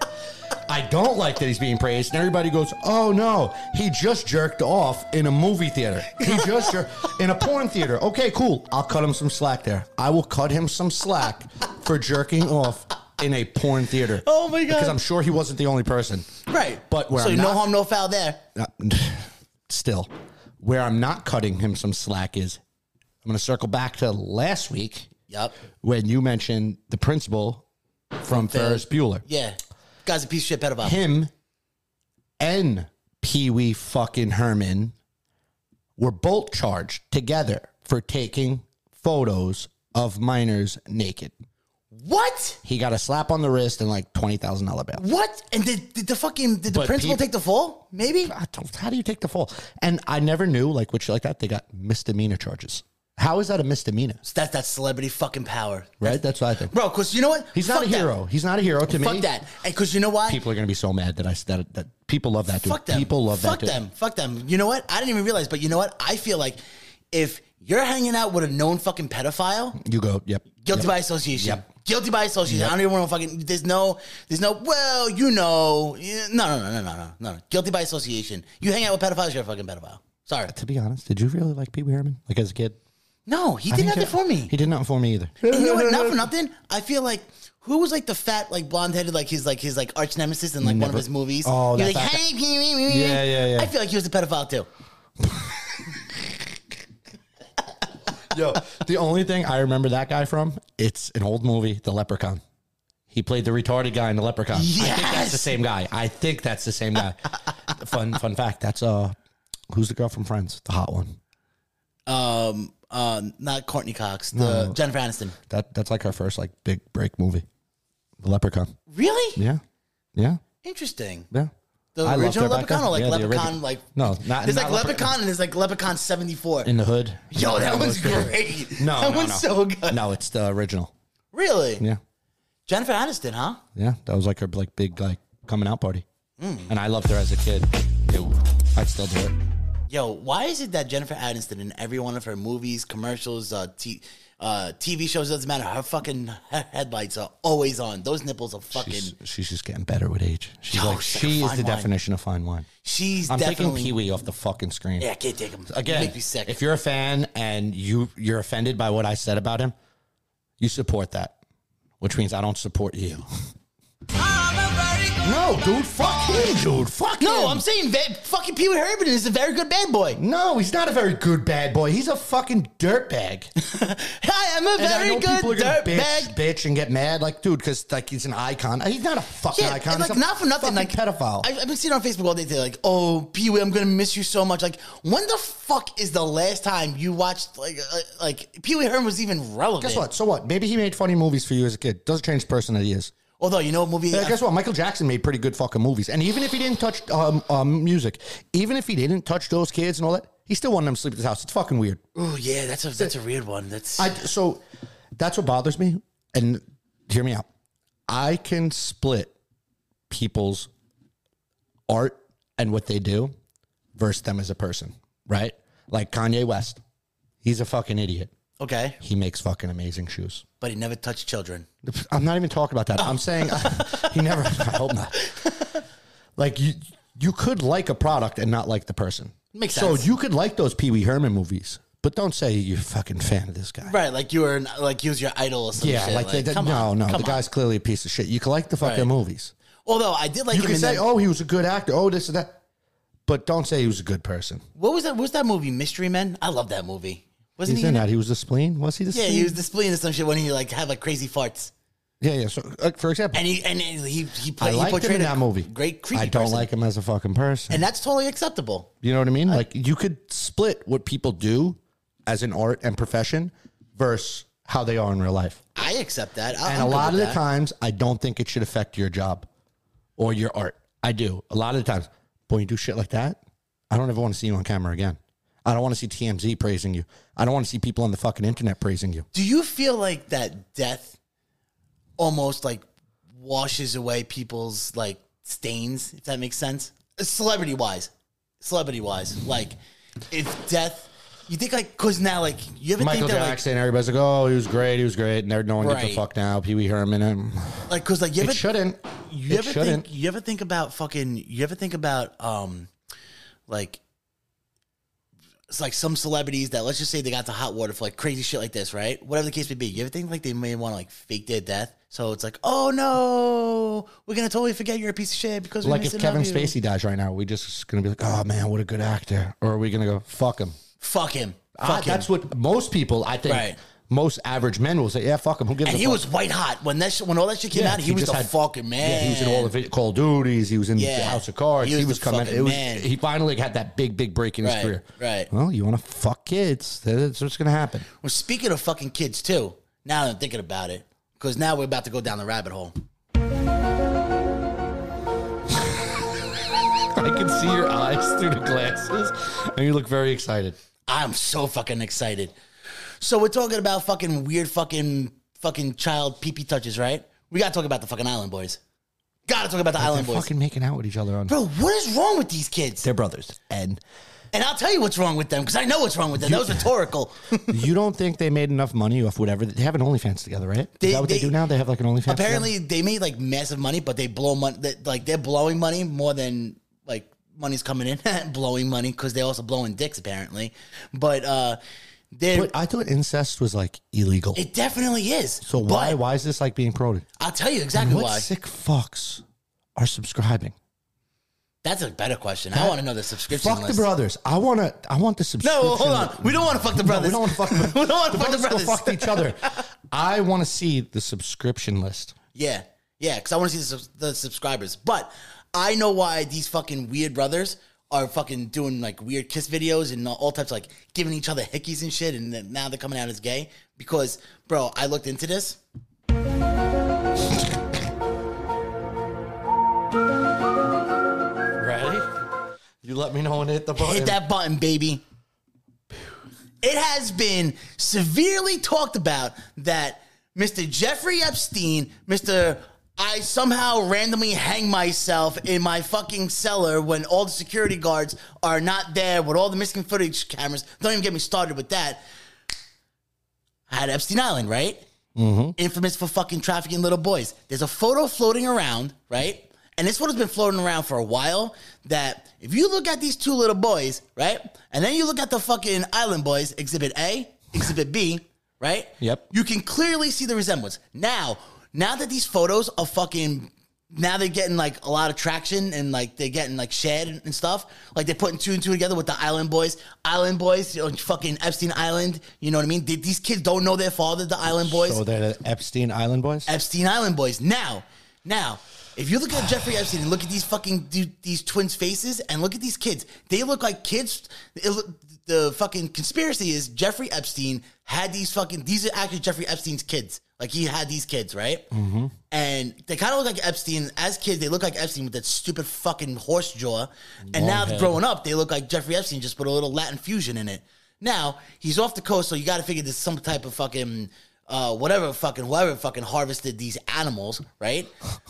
I don't like that he's being praised, and everybody goes, "Oh no, he just jerked off in a movie theater. He just jer- in a porn theater." Okay, cool. I'll cut him some slack there. I will cut him some slack for jerking off in a porn theater.
Oh, my God.
Because I'm sure he wasn't the only person.
Right.
But where
so
I'm
no
not-
harm, no foul there.
Uh, still, where I'm not cutting him some slack is I'm going to circle back to last week
Yup.
when you mentioned the principal from Ferris Bueller.
Yeah. Guy's a piece of shit pedophile.
Him and Pee Wee fucking Herman were both charged together for taking photos of minors naked.
What?
He got a slap on the wrist and like $20,000 bail.
What? And did, did the fucking did the
But
principal
peop-
take the fall? Maybe.
I don't- how do you take the fall? And I never knew, like, with shit like that, they got misdemeanor charges. How is that a misdemeanor?
That's that celebrity fucking power,
Right? That's what I think.
bro. Because you know what?
He's not
Fuck
a hero. He's not a hero to
That.
me.
Fuck that. And because you know why?
People are going to be so mad that I that, that people love that dude.
Fuck them.
People love
Fuck
that dude.
them. Fuck them. You know what? I didn't even realize, but you know what? I feel like if you're hanging out with a known fucking pedophile,
You go, yep.
Guilty
yep.
by association.
Yep.
Guilty by association. I don't even want to fucking. There's no. There's no. Well, you know. yeah, No, no, no, no, no, no, no. Guilty by association. You hang out with pedophiles, you're a fucking pedophile. Sorry.
To be honest, did you really like Pee Wee Herman? Like as a kid?
No, he
I
did
think
nothing
it-
for me.
He did nothing for me either.
And you know what? Not for nothing. I feel like who was like the fat, like blonde headed, like his like his like arch nemesis in like one of
Never-
his movies.
Oh,
He was
that
like,
fat-
hey, me, me, me, me."
Yeah, yeah, yeah.
I feel like he was a pedophile too.
Yo, the only thing I remember that guy from it's an old movie, The Leprechaun. He played the retarded guy in The Leprechaun. I think that's
Yes!
the same guy. I think that's the same guy. fun fun fact. That's uh, who's the girl from Friends? The hot one.
Um, uh, not Courtney Cox, the Jennifer Aniston.
That that's like her first like big break movie. The Leprechaun.
Really
Yeah, yeah,
interesting.
yeah.
The
I loved
original
her back
Leprechaun,
then.
or like
Yeah, the
Leprechaun,
origi-
like
No, not-
there's
not
like
Lepre-
Leprechaun and there's like Leprechaun seventy four.
in the hood.
Yo, that
was
one's
good.
great.
No,
that
no,
one's
no.
so good.
No, it's the original.
Really,
Yeah,
Jennifer Aniston, huh?
yeah. That was like her like big like coming out party,
Mm.
and I loved her as a kid. Ew. I'd still do it.
Yo, why is it that Jennifer Aniston in every one of her movies, commercials, uh, t- uh, TV shows doesn't matter. Her fucking he- headlights are always on. Those nipples are fucking.
She's,
She's,
she's just getting better with age. She's
Yo,
like
she's
she
like
is
fine
the
wine.
definition of fine wine. I'm
definitely.
taking Pee Wee off the fucking screen.
yeah, I can't take them
Again,
Make me sick.
if you're a fan and you you're offended by what I said about him, you support that, which means I don't support you. no, dude, fuck him, dude, fuck
no,
him.
I'm saying va- fucking Pee Wee Herman is a very good bad boy.
no, he's not a very good bad boy. He's a fucking dirtbag.
I am a
And I
very
know people are
good
gonna
dirt
bitch,
bag.
bitch, and get mad, like, dude, because like he's an icon. He's not a fucking
Yeah,
icon.
and,
He's
like
a
not for
fucking
nothing, like
pedophile.
I've, I've been seeing on Facebook all day today, like, "Oh, Pee Wee, I'm gonna miss you so much." Like, when the fuck is the last time you watched like uh, like Pee Wee Herman was even relevant?
Guess what? So what? Maybe he made funny movies for you as a kid. Doesn't change the person that he is.
Although you know what movie?
Yeah, guess what? Michael Jackson made pretty good fucking movies. And even if he didn't touch um, um, music, even if he didn't touch those kids and all that, he still wanted them to sleep at his house. It's fucking weird.
Oh yeah, that's a that's a weird one. That's
I, so that's what bothers me. And hear me out. I can split people's art and what they do versus them as a person, right? Like Kanye West, he's a fucking idiot.
okay,
He makes fucking amazing shoes.
but he never touched children.
I'm not even talking about that. I'm saying he never. I hope not. Like you, you could like a product and not like the person.
Makes
So
sense.
you could like those Pee Wee Herman movies, but don't say you're a fucking fan of this guy.
Right, like you were an, like he was your idol or some
Yeah,
shit.
like, they,
come
no,
on,
no, the
come on.
guy's clearly a piece of shit. You can like the fucking
Right.
movies.
Although I did like
You
him
can
in
say,
that,
oh, he was a good actor. Oh, this and that. But don't say he was a good person.
what was that? What was that movie Mystery Men? I love that movie. Wasn't
He's
he?
in
in it?
that. He was the spleen. Was he the
Yeah,
spleen?
he was displaying or some shit when he like had like crazy farts,
yeah, yeah. So, like, for example,
and he and he he,
I
played, he
liked him
portrayed
in
a
that movie.
Great creepy.
I don't
person.
like him as a fucking person.
and that's totally acceptable.
You know what I mean? Like you could split what people do as an art and profession versus how they are in real life.
I accept that. I,
And a lot of the times, I don't think it should affect your job or your art. I do. A lot of the times, when you do shit like that, I don't ever want to see you on camera again. I don't want to see TMZ praising you. I don't want to see people on the fucking internet praising you.
Do you feel like that death almost like washes away people's like stains, if that makes sense? Celebrity wise. Celebrity wise. Like if death you think like cause now like you ever
Michael
think that
Jackson, everybody's like, oh, he was great, he was great. And there- no one gives
Right.
a fuck now. Pee Wee Herman. um,
like like cause like you
It
ever
shouldn't.
you
it
ever
shouldn't.
think you ever think about fucking you ever think about um like it's like some celebrities that let's just say they got the hot water for like crazy shit like this, right? Whatever the case may be. You ever think like they may want to like fake their death? So it's like, oh no, we're gonna totally forget you're a piece of shit because we
like if
missed
Kevin
out on you."
Spacey dies right now, we just gonna be like, oh man, what a good actor, or are we gonna go fuck him?
fuck him, fuck
Ah,
him.
that's what most people, I think,
Right.
most average men will say. Yeah, fuck him. Who gives
and
a
he
fuck?
was white hot when that shit, when all that shit came
Yeah,
out. He, was the
just had-
fucking man.
Yeah, he was in all the Call of Duties. He was in
Yeah.
the House of Cards.
He
He
was
was,
the
coming.
fucking
It was,
man.
He finally had that big, big break in his
Right,
career.
right.
Well, you want to fuck kids? That's what's gonna happen.
Well, speaking of fucking kids too, now that I'm thinking about it, because now we're about to go down the rabbit hole.
I can see your eyes through the glasses, and you look very excited.
I'm so fucking excited. So we're talking about fucking weird fucking fucking child pee pee touches, right? We gotta talk about the fucking Island Boys. Gotta talk about the Island
They're
Boys.
fucking making out with each other on.
Bro, what is wrong with these kids?
They're brothers, and
And I'll tell you what's wrong with them because I know what's wrong with them. that was rhetorical.
you don't think they made enough money off whatever they have an OnlyFans together, right?
They-
Is that what they,
they-
do now? They have like an OnlyFans. together?
Apparently, they made like massive money, but they blow money. That, like they're blowing money more than like money's coming in. blowing money because they're also blowing dicks apparently. But uh They're-
But I thought incest was like illegal.
it definitely is.
so
But
why why is this like being promoted?
I'll tell you exactly
And what
why.
sick fucks are subscribing?
That's a better question. I want to know the subscription
Fuck the
list.
brothers. I want to. I want the subscription.
No, well, hold on. We don't want to fuck the
No,
brothers.
we don't want to fuck. The,
we don't want to fuck the brothers.
Go fuck each other. I want to see the subscription list.
Yeah, yeah, because I want to see the, subs- the subscribers. But I know why these fucking weird brothers are fucking doing like weird kiss videos and all types like giving each other hickeys and shit. And then now they're coming out as gay because, bro, I looked into this.
Ready? You let me know when to hit the button.
Hit that button, baby. It has been severely talked about that Mr. Jeffrey Epstein, Mr. I somehow randomly hang myself in my fucking cellar when all the security guards are not there with all the missing footage cameras. Don't even get me started with that. I had Epstein Island, right? infamous for fucking trafficking little boys. There's a photo floating around, right? And this one has been floating around for a while. That if you look at these two little boys, right? And then you look at the fucking island boys, exhibit A, exhibit B, right?
Yep.
You can clearly see the resemblance. Now, now that these photos are fucking now they're getting like a lot of traction and like they're getting like shared and, and stuff. Like they're putting two and two together with the Island Boys. Island Boys, you know, fucking Epstein Island. You know what I mean? Th- These kids don't know their father, the Island Boys.
So they're the Epstein Island boys.
Epstein Island boys. Now, now, if you look at Jeffrey Epstein and look at these fucking du- these twins' faces and look at these kids, they look like kids. It look, the fucking conspiracy is Jeffrey Epstein had these fucking. These are actually Jeffrey Epstein's kids. Like he had these kids, right? Mm-hmm. And they kind of look like Epstein as kids. They look like Epstein with that stupid fucking horse jaw. And now
head.
growing up, they look like Jeffrey Epstein just put a little Latin fusion in it. Now he's off the coast, so you got to figure there's some type of fucking uh, whatever fucking whoever fucking harvested these animals, right?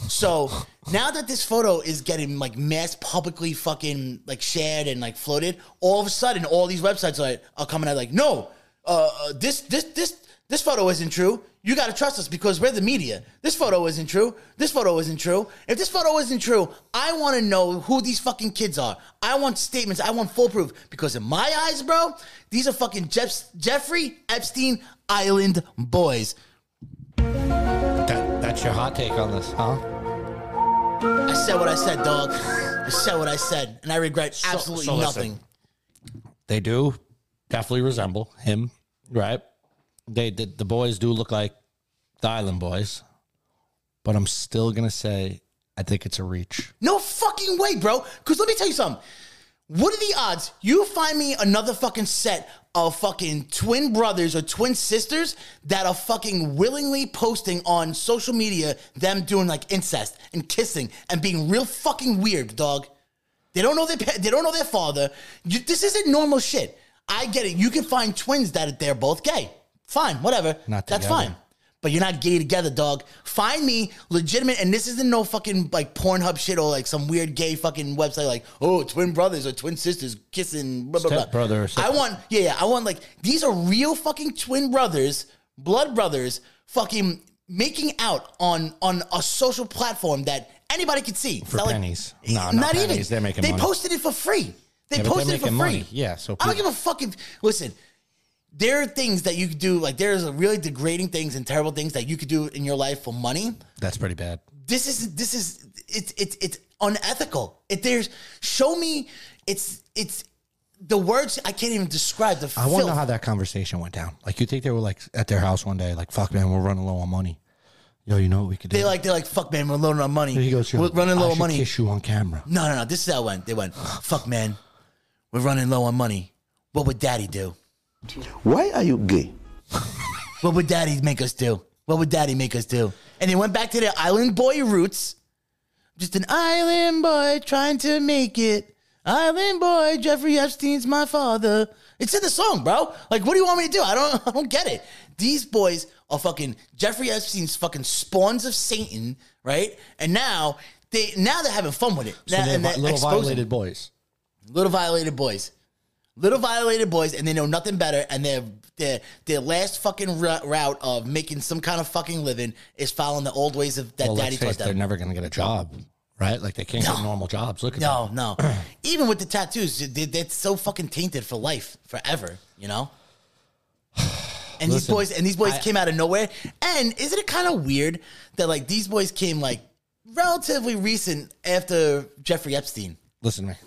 So now that this photo is getting like mass publicly fucking like shared and like floated, all of a sudden all these websites are, are coming out like, no, uh, uh, this this this this photo isn't true. You gotta trust us because we're the media. This photo isn't true. This photo isn't true. If this photo isn't true, I wanna know who these fucking kids are. I want statements. I want full proof because in my eyes, bro, these are fucking Jeff- Jeffrey Epstein Island boys.
That, that's your hot take on this, huh?
I said what I said, dog. I said what I said, and I regret absolutely
so listen.
nothing.
They do definitely resemble him, right? They the, the boys do look like the Island boys, but I'm still gonna say I think it's a reach.
No fucking way, bro. Because let me tell you something. What are the odds you find me another fucking set of fucking twin brothers or twin sisters that are fucking willingly posting on social media them doing like incest and kissing and being real fucking weird, dog? They don't know their pa- they don't know their father. You, this isn't normal shit. I get it. You can find twins that they're both gay. Fine, whatever.
Not
That's
together.
fine. But you're not gay together, dog. Find me legitimate, and this isn't no fucking like Pornhub shit or like some weird gay fucking website like oh twin brothers or twin sisters kissing. Blah, blah, blah.
Stepbrother or
I want yeah, yeah. I want like these are real fucking twin brothers, blood brothers, fucking making out on on a social platform that anybody could see
For pennies. No, not pennies. They're making
they
money.
posted it for free. They
Yeah, but they're
posted it for
making
free.
money. Yeah, so
I don't
people-
give a fucking listen. There are things that you could do, like there's really degrading things and terrible things that you could do in your life for money.
That's pretty bad.
This is this is it's it's it's unethical. It there's show me it's it's the words I can't even describe the
I want to know how that conversation went down. Like, you think they were like at their house one day, like, "Fuck, man, we're running low on money." Yo, you know what we could do?
they like they're like fuck man, we're low on money.
he goes, "Yo,
we're running
I
low on
should
money.
Kiss you on camera.
No, no, no. This is how it went. They went, fuck, man. We're running low on money. What would daddy do?
Why are you gay?
What would daddy make us do? What would daddy make us do? And they went back to their island boy roots. Just an island boy trying to make it. Island boy, Jeffrey Epstein's my father. It's in the song, bro. Like, what do you want me to do? I don't, I don't get it. These boys are fucking Jeffrey Epstein's fucking spawns of Satan, right? And now they now they're having fun with it.
So
Now-
they're
and
vi-
they're
little
exposing-
violated boys.
little violated boys, little violated boys, and they know nothing better. And their their their last fucking ru- route of making some kind of fucking living is following the old ways of that
Well,
daddy
let's
taught
face, it, they're
them.
never going to get a job, right? Like, they can't get normal jobs. Look at
No, no. Even with the tattoos, they, they're so fucking tainted for life, forever. You know. And these
Listen,
boys and these boys
I-
came out of nowhere. And isn't it kind of weird that like these boys came like relatively recent after Jeffrey Epstein?
Listen to me.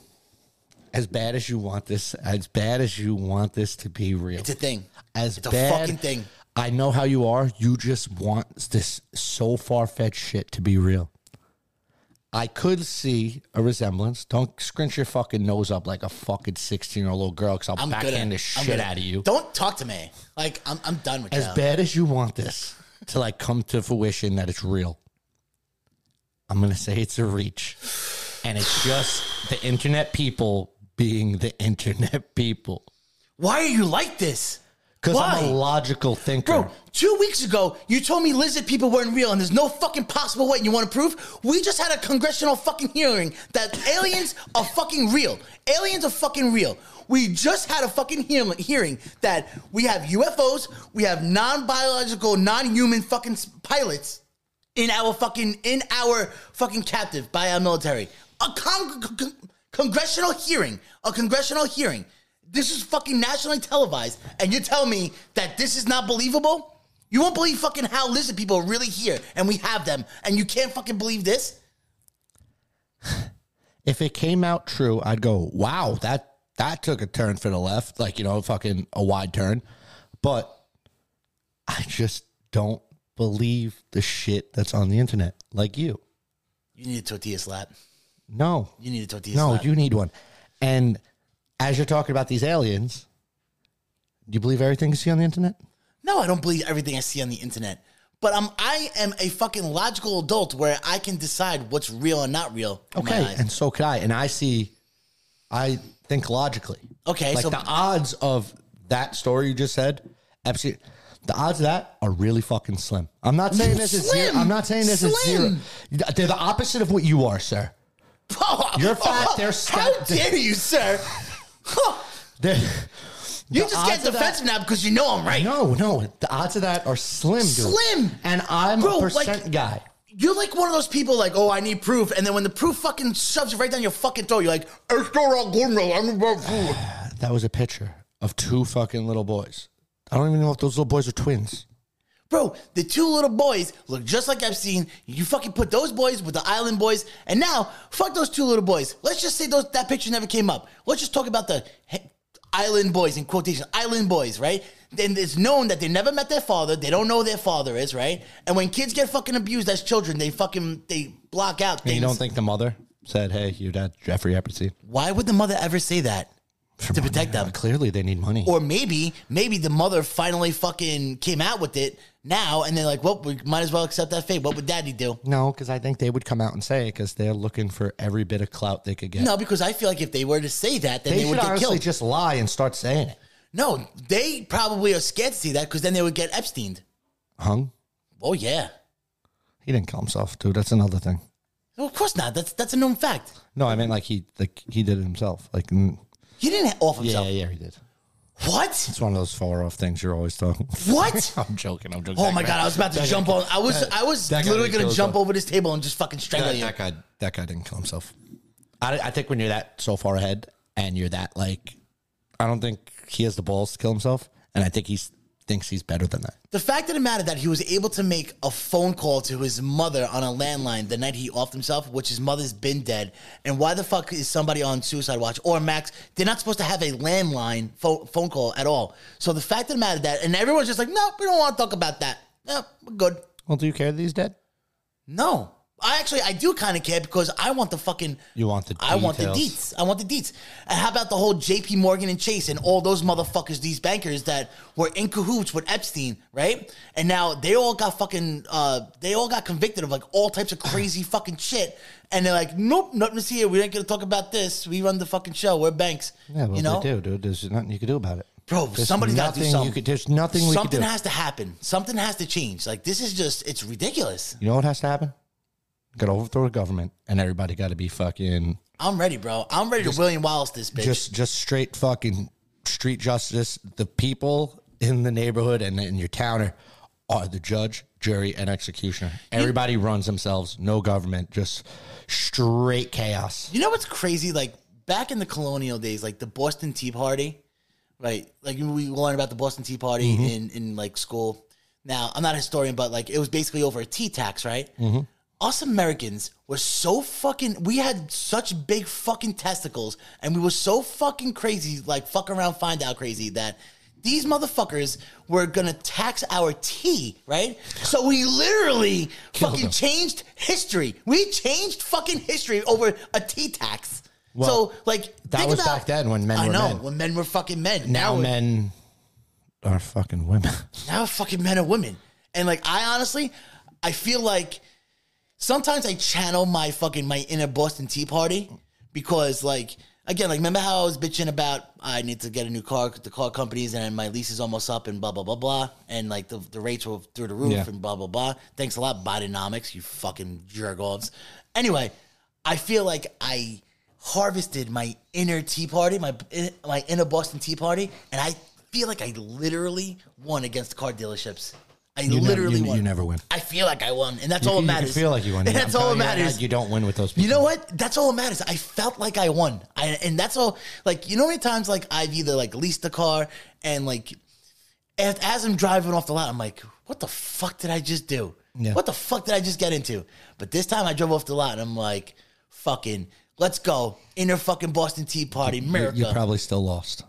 As bad as you want this, as bad as you want this to be real,
It's a thing.
as
It's a
bad-
fucking thing.
I know how you are. You just want this so far fetched shit to be real. I could see a resemblance. Don't scrunch your fucking nose up like a fucking sixteen year old little girl, because I'll
I'm
backhand
gonna
the
I'm
shit
gonna-
out of you.
Don't talk to me. Like I'm, I'm done with
as
you.
bad as you want this to like come to fruition that it's real i'm gonna say it's a reach and it's just the internet people being the internet people
Why are you like this?
because i'm
Why?
a logical thinker
Bro, two weeks ago, you told me lizard people weren't real and there's no fucking possible way and you want to prove? We just had a congressional fucking hearing that aliens are fucking real. Aliens are fucking real. We just had a fucking hear- hearing that we have UFOs, we have non biological, non human fucking s- pilots in our fucking, in our fucking captive by our military. A con- con- con- congressional hearing, a congressional hearing. This is fucking nationally televised, and you tell me that this is not believable? You won't believe fucking how lizard people are really here, and we have them, and you can't fucking believe this?
if it came out true i'd go wow that that took a turn for the left like you know fucking a wide turn but i just don't believe the shit that's on the internet like you
You need a tortilla slap.
no
You need a tortilla
No,
slap.
you need one. And as you're talking about these aliens, do you believe everything you see on the internet?
No, I don't believe everything I see on the internet. But I'm, I am a fucking logical adult where I can decide what's real and not real. in my
Okay,
eyes.
and so could I. And I see, I think logically.
Okay,
like
so-
the odds of that story you just said, absolutely. The odds of that are really fucking slim. I'm not saying this is zero.
Slim.
I'm not saying this is zero.
Slim.
They're the opposite of what you are, sir.
Oh,
You're fat, they're
How
stacked.
dare you, sir?
They're,
you
the
just get
odds of that-
defensive now because you know I'm right.
No, no. The odds of that are slim, dude.
Slim.
And I'm
Bro,
a
like-
percent guy.
You're like one of those people, like, oh, I need proof, and then when the proof fucking shoves it right down your fucking throat, you're like, it's not all good, no, I'm about proof.
That was a picture of two fucking little boys. I don't even know if those little boys are twins.
Bro, the two little boys look just like Epstein. You fucking put those boys with the island boys, and now fuck those two little boys. Let's just say those that picture never came up. Let's just talk about the he- island boys in quotation island boys, right? Then it's known that they never met their father. They don't know who their father is, right? And when kids get fucking abused as children, they fucking they block out
And
things.
you don't think the mother said, "Hey, your dad, Jeffrey Epstein,"
Why would the mother ever say that to protect them?
Clearly, they need money.
Or maybe, maybe the mother finally fucking came out with it now, and they're like, "Well, we might as well accept that fate." What would Daddy do?
no, because I think they would come out and say it because they're looking for every bit of clout they could get.
No, because I feel like if they were to say that, then
they,
they,
should
would get
honestly
killed.
just lie and start saying it.
no, they probably are scared to see that because then they would get Epsteined.
Hung?
Oh yeah,
He didn't kill himself, dude. That's another thing.
well, of course not. That's that's a known fact.
No, I mean like he like he did it himself. Like mm,
He didn't ha- off
yeah,
himself.
yeah, he did.
What?
It's one of those far off things you're always talking.
What?
I'm joking. I'm joking.
Oh
That
my
guy-
god, I was about to
that
jump
guy-
on. I was I was
that guy
literally
didn't
gonna
kill
jump
himself.
over this table and just fucking strangle
that,
you.
that guy that guy didn't kill himself. I, I think when you're that so far ahead and you're that like, I don't think he has the balls to kill himself, and I think he thinks he's better than that.
The fact of the matter that he was able to make a phone call to his mother on a landline the night he offed himself, which his mother's been dead, and why the fuck is somebody on suicide watch or Max? They're not supposed to have a landline pho- phone call at all. So the fact of the matter that, and everyone's just like, no, we don't want to talk about that. No, we're good.
Well, do you care that he's dead?
No, I actually I do kind of care because I want the fucking
You want the
I want the
details.
deets. I want the deets. And how about the whole J.P. Morgan and Chase and all those motherfuckers, these bankers that were in cahoots with Epstein, right? And now they all got fucking, uh, they all got convicted of like all types of crazy fucking shit. And they're like, nope, nothing to see here. We ain't gonna talk about this. We run the fucking show. We're banks.
Yeah, well,
you know,
they do, dude. There's nothing you can do about it,
bro.
There's
Somebody got
nothing
to do
you
something.
could- there's nothing we could
Something
do.
has to happen. Something has to change. Like this is just, it's ridiculous.
You know what has to happen? Got to overthrow the government, and everybody got to be fucking
I'm ready, bro. I'm ready to William Wallace this bitch.
just just straight fucking street justice. The people in the neighborhood and in your town are, are the judge, jury, and executioner. Everybody runs themselves. No government. Just straight chaos.
You know what's crazy? Like back in the colonial days, like the Boston Tea Party right? Like we learn about the Boston Tea Party
Mm-hmm.
in in like school. Now I'm not a historian, but like it was basically over a tea tax, right?
Mm-hmm.
Us Americans were so fucking. We had such big fucking testicles, and we were so fucking crazy, like fuck around, find out crazy that. These motherfuckers were gonna tax our tea, right? So we literally fucking
them.
changed history. We changed fucking history over a tea tax.
Well,
so like
that
think
was
about-
back then when men
I
were
know
men.
when men were fucking men.
Now
we're-
men are fucking women.
now fucking men are women. And like I honestly, I feel like sometimes I channel my fucking my inner Boston Tea Party because like again, like remember how I was bitching about I need to get a new car, the car companies, and my lease is almost up, and blah blah blah blah, and like the, the rates were through the roof,
Yeah.
and blah blah blah. Thanks a lot, Bidenomics, you fucking jerk offs. Anyway, I feel like I harvested my inner Tea Party, my eh, my inner Boston Tea Party, and I feel like I literally won against car dealelerships. I
You never-
literally
you-
won.
you never win.
I feel like I won, and that's
You-
all that
you can
matters.
feel like you won.
And
I'm
that's all that
telling you right now,
matters.
you don't win with those
You know what? That's all that matters. I felt like I won. I and that's all. Like you know, how many times like I've either like leased the car and like as, as I'm driving off the lot, I'm like, what the fuck did I just do?
Yeah.
What the fuck did I just get into? But this time I drove off the lot and I'm like, fucking, let's go inner fucking Boston Tea Party, America.
You're probably still lost.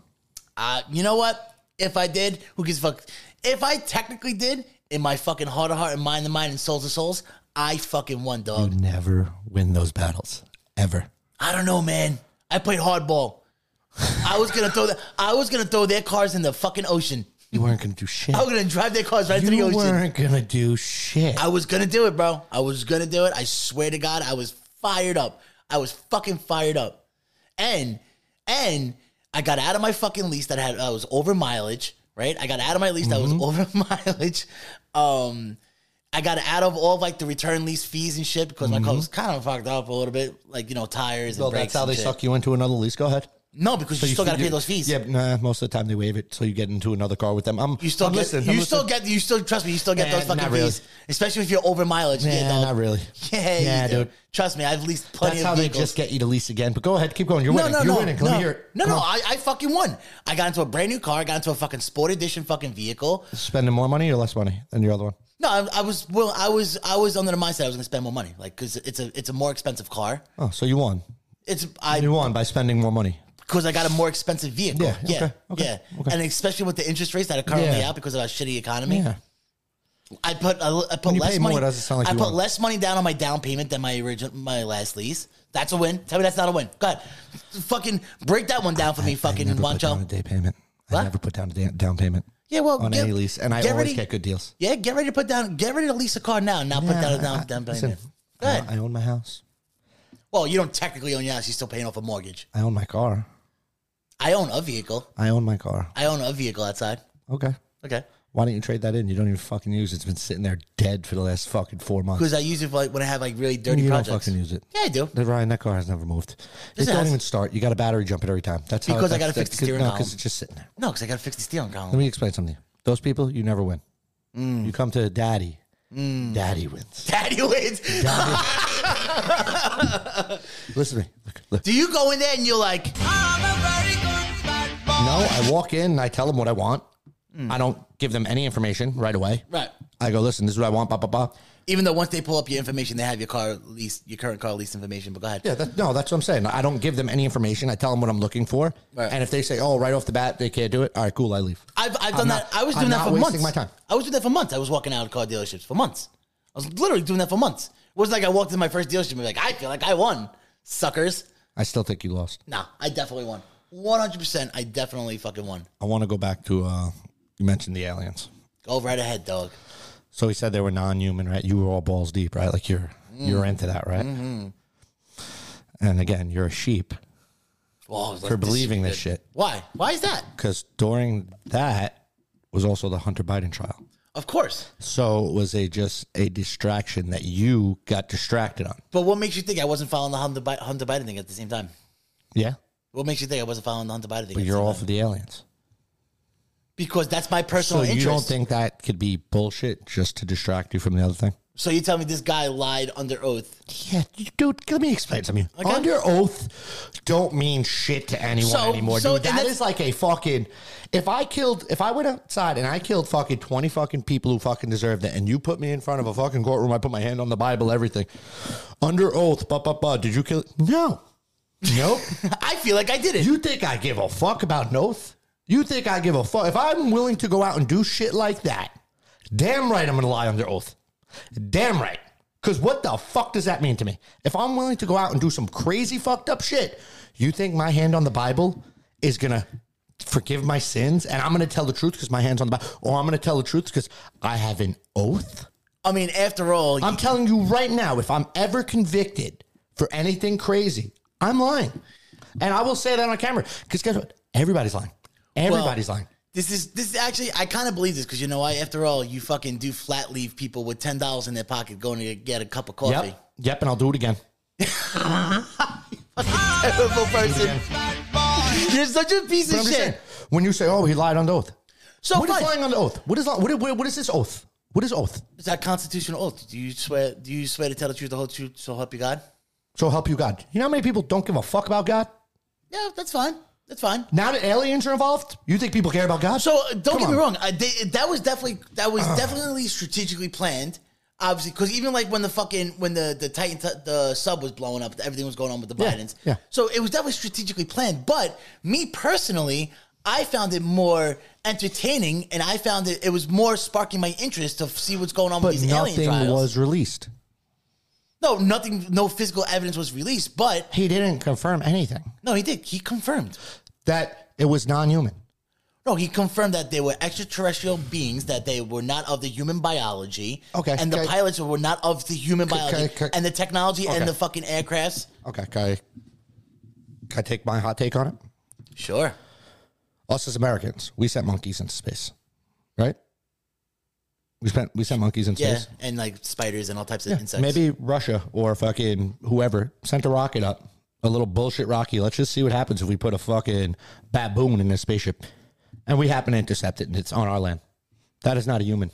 Uh, you know what? If I did, who gives a fuck? If I technically did, in my fucking heart of heart and mind to mind and souls to souls, I fucking won, dog.
Never win those battles ever.
I don't know, man. I played hardball. I was gonna throw the, I was gonna throw their cars in the fucking ocean.
You weren't gonna do shit.
I was gonna drive their cars right into the
You
ocean.
weren't gonna do shit.
I was gonna do it, bro. I was gonna do it. I swear to God, I was fired up. I was fucking fired up. And and I got out of my fucking lease that I had I was over mileage, right? I got out of my lease that was
Mm-hmm.
over mileage. Um I got out of all like the return lease fees and shit because my car was kind of fucked up a little bit, like you know tires and
Mm-hmm. Well,
brakes.
that's how
and
they
shit.
suck you into another lease. Go ahead.
No, because you still got to pay
you-
those fees.
Yeah, nah, most of the time they waive it, so you get into another car with them. I'm
You still
I'm
get,
listening,
you
I'm
still
listening.
get, you still trust me. You still get
Nah,
those fucking
not really.
fees, especially if you're over mileage.
Nah,
dog.
not really.
Yeah,
Nah,
you do.
dude.
Trust me, I've leased plenty
That's
of
how they
vehicles.
just get you to lease again. But go ahead, keep going. You're
no,
winning.
no,
You're
no,
winning. Let
no,
me hear it.
no,
Come
no.
on.
I, I fucking won. I got into a brand new car. I got into a fucking sport edition fucking vehicle.
Spending more money or less money than your other one?
No, I, I was well. I was I was under the mindset I was going to spend more money, like because it's a it's a more expensive car.
Oh, so you won.
It's I
You won by spending more money.
because I got a more expensive vehicle. Yeah,
Yeah,
yeah,
okay, okay, okay.
and especially with the interest rates that are currently
Yeah.
out because of our shitty economy.
Yeah.
I put I, I put
When you
less
pay more,
money.
it doesn't sound like
I
you
put
won.
less money down on my down payment than my original my last lease. That's a win. Tell me that's not a win. God, fucking break that one down for me, fucking
I never put down a
Wancho.
day payment.
What?
I never put down a da- down payment
Yeah, well,
on
get-
any lease, and I
get
always
ready-
get good deals.
Yeah, get ready to put down. Get ready to lease a car now. and Not put
Yeah,
down a
I-
down, down payment.
listen,
Go ahead.
I own my house.
well, you don't technically own your house. You're still paying off a mortgage.
I own my car.
I own a vehicle.
I own my car.
I own a vehicle outside.
Okay.
Okay.
Why don't you trade that in? You don't even fucking use it. It's been sitting there dead for the last fucking four months.
Because I use it for like when I have like really dirty
You don't
projects.
fucking use it.
yeah, I do.
That- Ryan, that car has never moved.
Yes,
it
it
don't
has.
even start. You got a battery jump it every time. That's how
Because I
that's-
gotta fix
that's-
the steering
No,
column.
because it's just sitting there.
No, because I got to fix the steering column.
Let me explain something. to you. Those people, you never win.
Mm.
You come to daddy. Daddy wins.
Daddy wins.
Listen to me. Look, look.
Do you go in there and you're like,
No, I walk in and I tell them what I want.
Mm.
I don't give them any information right away.
right?
I go, listen, this is what I want, blah, blah, blah.
Even though once they pull up your information, they have your car lease, your current car lease information. But go ahead.
Yeah, that, no, that's what I'm saying. I don't give them any information. I tell them what I'm looking for.
Right.
And if they say, oh, right off the bat, they can't do it, all right, cool, I leave.
I've, I've
I'm
done
not-
that. I was
I'm
doing that
not
for months.
wasting my time.
I was doing that for months. I was walking out of car dealerships for months. I was literally doing that for months. It wasn't like I walked in my first dealership and be like, I feel like I won, suckers.
I still think you lost.
Nah, I definitely won. 100%. I definitely fucking won.
I want to go back to, uh, you mentioned the aliens.
Go right ahead, dog.
So he said they were non-human, right? You were all balls deep, right? Like you're you're into that, right? And again, you're a sheep
Whoa, I was like,
for believing
shit
this shit
Why? Why is that?
because during that was also the Hunter Biden trial.
Of course.
So it was a just a distraction that you got distracted on.
But what makes you think I wasn't following the Hunter, Bi- Hunter Biden thing at the same time?
Yeah,
What makes you think I wasn't following the Hunter Biden thing?
but
at the
you're
same
all
time?
for the aliens.
because that's my
So
personal
you
interest.
don't think that could be bullshit just to distract you from the other thing?
so you tell me this guy lied under oath.
Yeah, dude. Let me explain something.
Okay.
Under oath, don't mean shit to anyone
So-
anymore,
so-
dude.
and
That
that's-
is like a fucking. If I killed, if I went outside and I killed fucking twenty fucking people who fucking deserved it, and you put me in front of a fucking courtroom, I put my hand on the Bible, everything, under oath, ba ba ba. Did you kill? No, nope.
I feel like I did it.
you think I give a fuck about an oath? You think I give a fuck if I'm willing to go out and do shit like that? Damn right, I'm gonna lie under oath. Damn right. Because what the fuck does that mean to me? If I'm willing to go out and do some crazy fucked up shit, you think my hand on the Bible is going to forgive my sins and I'm going to tell the truth because my hand's on the Bible? Or I'm going to tell the truth because I have an oath?
I mean, after all,
I'm telling you right now, if I'm ever convicted for anything crazy, I'm lying. And I will say that on camera because guess what? Everybody's lying. Everybody's lying.
This is this is actually I kind of believe this because you know why? After all, you fucking do flat leave people with ten dollars in their pocket going to get a cup of coffee.
Yep. Yep. And I'll do it again.
Terrible person. You're such a piece
But I'm
of shit.
just saying, when you say, oh, he lied on the oath,
So
what is
fine.
lying on the oath? What is, li- what, what, what is this oath? What is oath?
Is that constitutional oath? Do you swear? Do you swear to tell the truth, the whole truth, so help you God?
So help you God. You know how many people don't give a fuck about God?
Yeah, that's fine. That's fine.
Now that aliens are involved, you think people care about God?
So uh,
Come
don't get me
on.
wrong. I, they, that was definitely that was definitely strategically planned. Obviously, because even like when the fucking when the the Titan the sub was blowing up, everything was going on with the
Yeah,
Bidens.
yeah.
So it was definitely strategically planned. But me personally, I found it more entertaining, and I found it it was more sparking my interest to f- see what's going on
but
with these alien
nothing
trials.
was released.
no, nothing. No physical evidence was released, but
He didn't confirm anything
no, he did. He confirmed.
that it was non human.
No, he confirmed that they were extraterrestrial beings, that they were not of the human biology.
Okay,
And the
okay.
pilots were not of the human
Okay,
biology.
okay.
And the technology
Okay.
and the fucking aircrafts.
Okay, can I, can I take my hot take on it?
Sure.
Us as Americans, we sent monkeys into space, right? We spent we sent monkeys into
Yeah.
space.
And like spiders and all types of insects.
Maybe Russia or fucking whoever sent a rocket up, a little bullshit rocky. Let's just see what happens if we put a fucking baboon in a spaceship, and we happen to intercept it and it's on our land. That is not a human.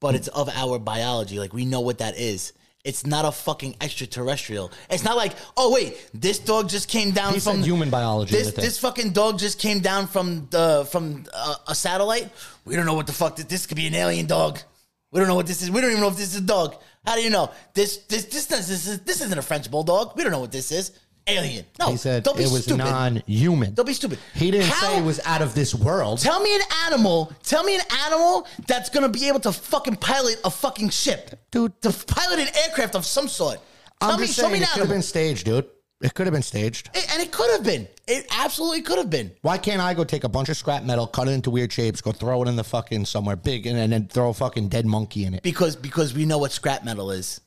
But it's of our biology. Like we know what that is. It's not a fucking extraterrestrial. It's not like, oh wait, this dog just came down
He
from
said human biology.
This
with it.
this fucking dog just came down from the from uh, a satellite. We don't know what the fuck this, this could be an alien dog. We don't know what this is. We don't even know if this is a dog. How do you know this this this this this, is, this isn't a French bulldog? We don't know what this is. Alien. No,
he said
don't be
it was
stupid.
non-human.
Don't be stupid.
He didn't
How-
say it was out of this world.
Tell me an animal. Tell me an animal that's gonna be able to fucking pilot a fucking ship,
Dude.
To pilot an aircraft of some sort. Tell
I'm
me,
just
show
saying
me an
it could have
animal.
been staged, dude. It could have been staged.
It- and it could have been. It absolutely could have been.
Why can't I go take a bunch of scrap metal, cut it into weird shapes, go throw it in the fucking somewhere big, and, and then throw a fucking dead monkey in it?
Because because we know what scrap metal is.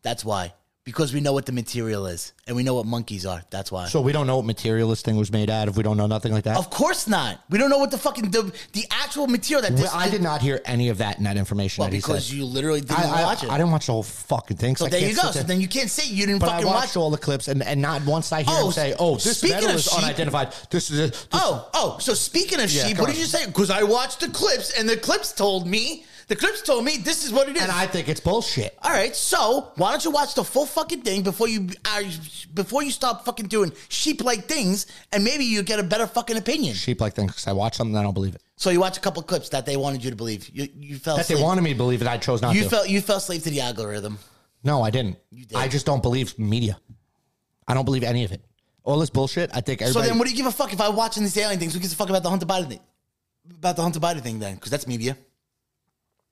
That's why. Because we know what the material is, and we know what monkeys are. That's why.
So we don't know what material this thing was made out of. We don't know nothing like that.
of course not. We don't know what the fucking the, the actual material that
Well,
this.
I did not hear any of that in that information
Well,
that he
because
said.
you literally didn't
I, I,
watch it.
I didn't watch the whole fucking thing.
so
I
there
can't
you go.
sit
So
there.
then you can't say you didn't
But I
fucking
watched
watch.
all the clips, and, and not once I hear
Oh,
him say, "Oh, this
speaking
metal
of
is
sheep-
unidentified. This is a, this
Oh, oh. So speaking of sheep,
come
what did
on.
you say? Because I watched the clips, and the clips told me. The clips told me this is what it is.
and I think it's bullshit."
all right, so why don't you watch the full fucking thing before you uh, before you stop fucking doing sheep like things, and maybe you get a better fucking opinion.
Sheep like things. 'cause I watch something, I don't believe it.
So you watch a couple clips that they wanted you to believe. You you fell
That they
asleep.
wanted me to believe it, I chose not
you
to.
fell you fell asleep to the algorithm.
No, I didn't.
did.
I just don't believe media. I don't believe any of it. All this bullshit. I think
So
everybody.
then, what do you give a fuck if I'm watching these alien things? Who gives a fuck about the Hunter Biden thing? About the Hunter Biden thing, then, because that's media.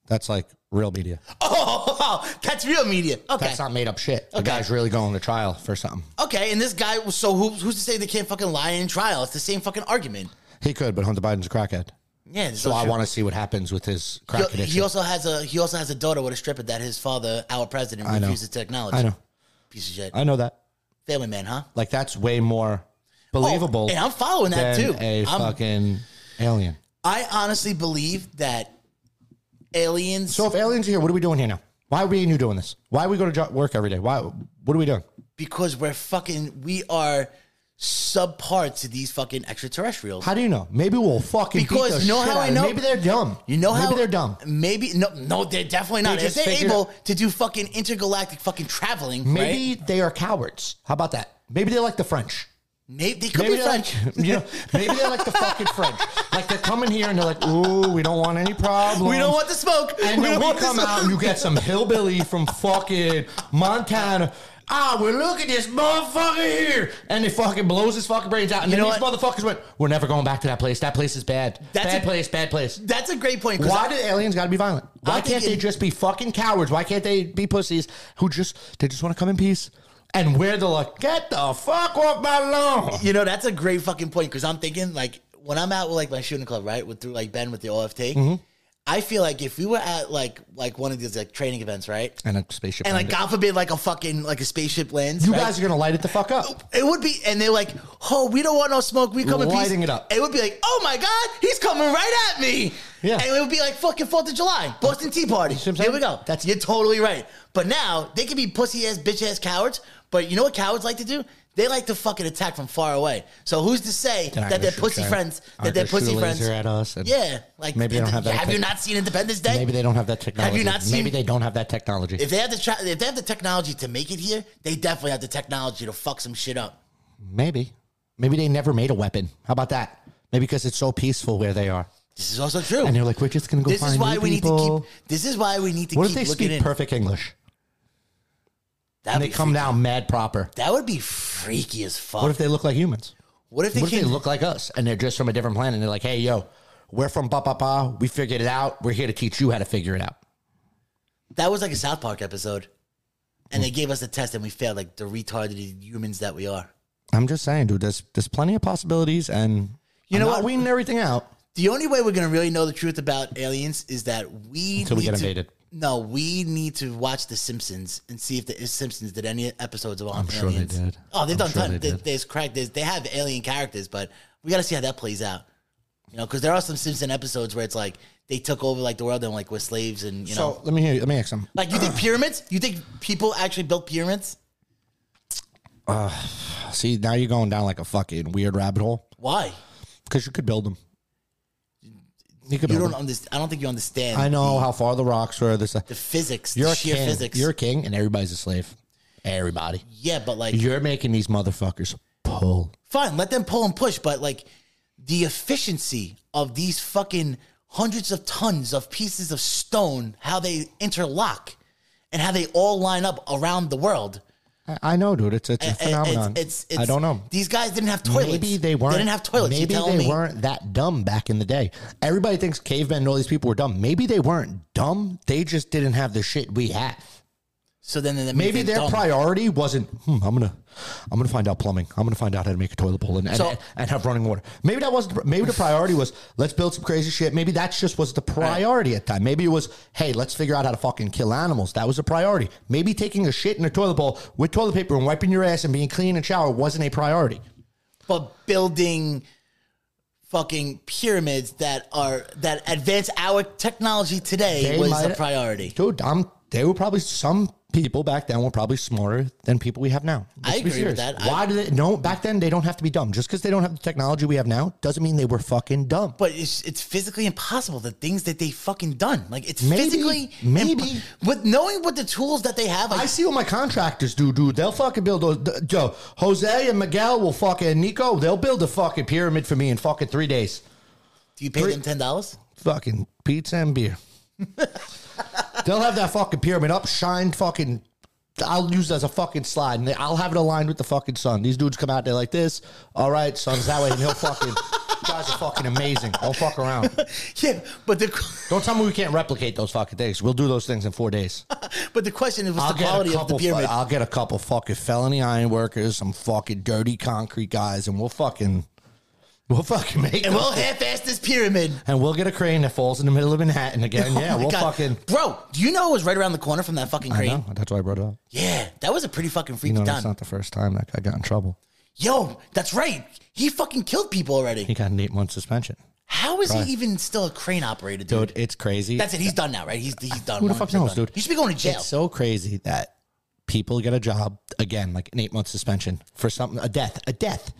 that's like real media.
Oh, that's real media. Okay,
That's not made up shit. The
Okay.
guy's really going to trial for something.
okay. And this guy, was so who, who's to say they can't fucking lie in trial? It's the same fucking argument.
He could, but Hunter Biden's a crackhead.
Yeah.
So I want to see what happens with his crack
He,
addiction.
he also has a he also has a daughter with a stripper that his father, our president,
I know.
refuses to acknowledge.
I know.
Piece of shit.
I know that.
Family man, huh?
Like that's way more believable.
Oh, and I'm following that,
than
too.
A
I'm-
fucking alien.
I honestly believe that aliens.
So if aliens are here, what are we doing here now? Why are we and you doing this? Why are we going to jo- work every day? Why? What are we doing?
because we're fucking we are subpar to these fucking extraterrestrials.
How do you know? Maybe we'll fucking beat
Because
the
you know
shit
how
out
I
of them.
know?
Maybe they're dumb.
You know
maybe
how
they're dumb.
Maybe no, no, they're definitely not.
They
If
just
they're
figured-
able to do fucking intergalactic fucking traveling, right?
Maybe they are cowards. How about that? Maybe they like the French.
Maybe they could
Maybe
be
they're
French.
like, you know, maybe they like the fucking French. Like they're coming here and they're like, "Ooh, we don't want any problems.
we don't want the smoke.
And
we
then
don't
we
want the
come
smoke.
out and you get some hillbilly from fucking Montana. Ah, well, look at this motherfucker here. And it fucking blows his fucking brains out. And
You
then
know
these
what?
motherfuckers went, we're never going back to that place. That place is bad.
That's
bad
a-
place, bad place.
That's a great point. 'cause
Why do aliens gotta be violent? Why
I think
can't they
it-
just be fucking cowards? Why can't they be pussies who just, they just want to come in peace? And where they're like, get the fuck off my lawn.
You know, that's a great fucking point because I'm thinking like when I'm out with like my shooting club, right, with through like Ben with the OFT.
Mm-hmm.
I feel like if we were at like like one of these like training events, right,
And a spaceship.
and like
landed.
God forbid, like a fucking like a spaceship lands,
you
right?
guys are gonna light it the fuck up.
It would be, and they're like, "Oh, we don't want no smoke. We come in peace."
Lighting it up.
It would be like, "Oh my god, he's coming right at me!"
Yeah.
and it would be like fucking Fourth of July, Boston Tea Party.
See what I'm
Here we
saying?
go.
That's-
That's you're totally right. But now they can be pussy ass, bitch ass cowards. But you know what cowards like to do? They like to fucking attack from far away. So who's to say
They're not
that
gonna
their
shoot
pussy
giant-
friends, that
aren't
their
gonna shoot
pussy
a
friends,
laser at us and-
yeah, like
Maybe they don't have that
Have you
tech-
not seen Independence Day?
Maybe they don't have that technology.
you not seen-
Maybe they don't have that technology.
If they have the tra- if they have the technology to make it here, they definitely have the technology to fuck some shit up.
Maybe. Maybe they never made a weapon. How about that? Maybe because it's so peaceful where they are.
This is also true.
And they're like, we're just going to go
this
find
is why
new
we
people.
need to keep. This is why we need to
What if
keep
they
looking
speak
in.
perfect English
That'd
and they
be
come
freaky.
down mad proper?
That would be freaky as fuck.
What if they look like humans?
What if they
What if
came?
they look like us and they're just from a different planet and they're like, hey, yo, we're from ba ba ba. We figured it out. We're here to teach you how to figure it out.
that was like a South Park episode, and they gave us a test and we failed, like the retarded humans that we are.
I'm just saying, dude, there's, there's plenty of possibilities and you
know
know
what?
what? Weeding everything out.
The only way we're gonna really know the truth about aliens is that we
Until we
need
get
to-
invaded.
No, we need to watch The Simpsons and see if The Simpsons did any episodes of on
I'm sure they
aliens.
did.
Oh, they've
I'm
done
sure
tons.
they
They
did.
there's crack. There's, they have alien characters, but we got to see how that plays out. You know, because there are some Simpson episodes where it's like they took over like the world and like were slaves and you
So
know,
let me hear you. Let me ask them.
like you think pyramids? You think people actually built pyramids?
See, now you're going down like a fucking weird rabbit hole
Why?
because you could build them. You could
You
build
don't
them.
understand. I don't think you understand.
I know how far the rocks were. This uh,
the physics,
you're
the
a
sheer
king.
physics.
You're a king, and everybody's a slave. Everybody.
yeah, but like
You're making these motherfuckers pull.
fine, let them pull and push, but like the efficiency of these fucking hundreds of tons of pieces of stone, how they interlock and how they all line up around the world.
I, I know, dude. It's it's a
Eh, It's-
phenomenon.
It's, it's,
I don't know.
These guys didn't have toilets.
Maybe they weren't.
They didn't have toilets. you
Maybe
telling
they
me?
weren't that dumb back in the day. Everybody thinks cavemen and all these people were dumb. Maybe they weren't dumb. They just didn't have the shit we have.
So then, then
Maybe
they're
their
dumb.
priority wasn't. Hmm, I'm gonna, I'm gonna find out plumbing. I'm gonna find out how to make a toilet bowl and and,
So-
and have running water. Maybe that wasn't. Maybe the priority was let's build some crazy shit. Maybe that just was the priority at the time. Maybe it was hey, let's figure out how to fucking kill animals. That was a priority. Maybe taking a shit in a toilet bowl with toilet paper and wiping your ass and being clean and shower wasn't a priority.
But building fucking pyramids that are that advance our technology today was
might-
a priority.
dude. I'm. They were probably some people back then were probably smarter than people we have now.
I
be
agree with
serious.
that. I-
Why do they? No, back then they don't have to be dumb. Just because they don't have the technology we have now doesn't mean they were fucking dumb.
But it's, it's physically impossible. The things that they fucking done, like it's
Maybe-
physically
maybe.
impo- with knowing what the tools that they have. Like,
I see what my contractors do, dude. They'll fucking build those. th- Yo, Jose and Miguel will fucking Nico. They'll build a fucking pyramid for me in fucking three days.
do you pay them ten dollars?
Fucking pizza and beer. They'll have that fucking pyramid up, shine fucking. I'll use it as a fucking slide, and they, I'll have it aligned with the fucking sun. These dudes come out there like this. All right, sun's that way, and he'll fucking. you guys are fucking amazing. Don't fuck around.
Yeah, but the
Don't tell me we can't replicate those fucking things. We'll do those things in four days.
but the question is, what's
I'll
the
get, a
quality of the
couple,
pyramid?
I'll get a couple fucking felony iron workers, some fucking dirty concrete guys, and we'll fucking, we'll fucking make
and
them.
we'll half-ass this pyramid.
and we'll get a crane that falls in the middle of Manhattan again.
Oh
yeah,
my
we'll
God.
fucking.
bro. Do you know it was right around the corner from that fucking
I
crane?
know. That's why I brought it up.
Yeah, that was a pretty fucking
You
freaky
know,
time.
that's not the first time that guy got in trouble.
Yo, that's right. He fucking killed people already.
He got an eight month suspension.
How is he even still a crane operator, dude?
Dude, it's crazy.
That's it. He's done now, right? He's he's done.
Who the fuck
100%
knows,
done.
dude?
He should be going to jail.
It's so crazy that people get a job again, like an eight month suspension for something, a death, a death.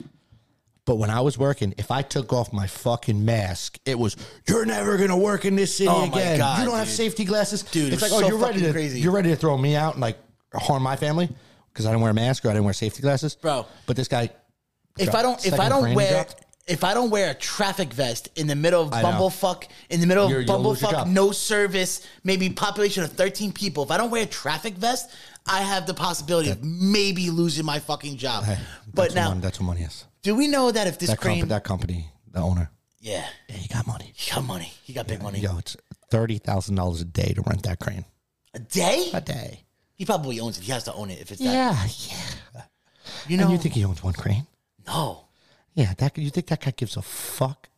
But when I was working, if I took off my fucking mask, it was you're never gonna work in this city
Oh my
again.
God,
you don't have
dude.
safety glasses,
Dude, it
It's
was
like,
so
oh, you're ready
fucking
to
crazy.
you're ready to throw me out and like harm my family because I didn't wear a mask or I didn't wear safety glasses,
Bro.
But this guy,
if I don't if
Second
I don't
Franny
wear
drop?
if I don't wear a traffic vest in the middle of
I know.
bumblefuck in the middle of
You're- you'll lose your
bumblefuck
job.
no service maybe population of 13 people if I don't wear a traffic vest I have the possibility of maybe losing my fucking job. but
eh, that's
now
one, that's what money is.
do we know that if this
That,
crane
comp- that company, the owner,
yeah
yeah, he got money.
he got money he got big money
Yo, it's thirty thousand dollars a day to rent that crane.
a day
A day.
he probably owns it he has to own it if it's that
Yeah, yeah.
you
And
know
you think he owns one crane?
no
Yeah, that you think that guy gives a fuck?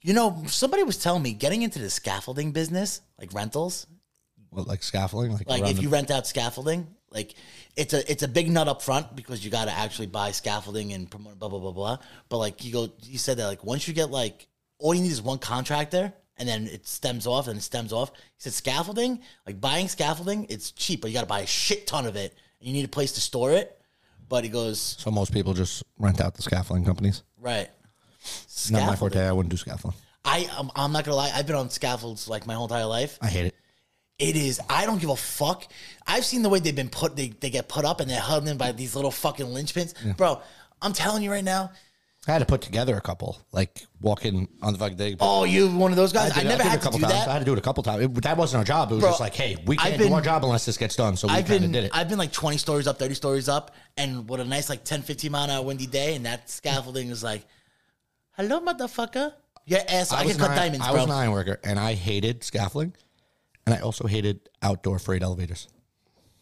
you know somebody was telling me getting into the scaffolding business like rentals
What like scaffolding? Like,
like
around
if
the-
you rent out scaffolding like it's a it's a big nut up front because you got to actually buy scaffolding and promote blah blah blah blah but like you go you said that like once you get like all you need is one contractor and then it stems off and it stems off he said scaffolding like buying scaffolding it's cheap but you got to buy a shit ton of it you need a place to store it but he goes
so most people just rent out the scaffolding companies.
right
Not my
Scaffolding.
forte. I wouldn't do scaffolding.
I I'm, I'm not gonna lie I've been on scaffolds like my whole entire life
I hate it.
It is. I don't give a fuck. I've seen the way they've been put. They, they get put up and they're held in by these little fucking linchpins, bro. I'm telling you right now.
I had to put together a couple, like walking on the fucking thing.
Oh, you one of those
I,
guys?
did-
I, never
did it
had
a
to
couple
do
times. I had
that.
to do it a couple times. It- that wasn't our job. It was
Bro,
just like, hey, we
I've
can't
been-
do our job unless this gets done. So we
I've
kind of
been
did it.
I've been like 20 stories up, 30 stories up, and what a nice like 10, 15 mile an hour windy day, and that scaffolding is like, hello, motherfucker. Your ass. I,
was
get cut
an iron-
diamonds,
I
bro.
was an iron worker, and I hated scaffolding, and I also hated outdoor freight elevators.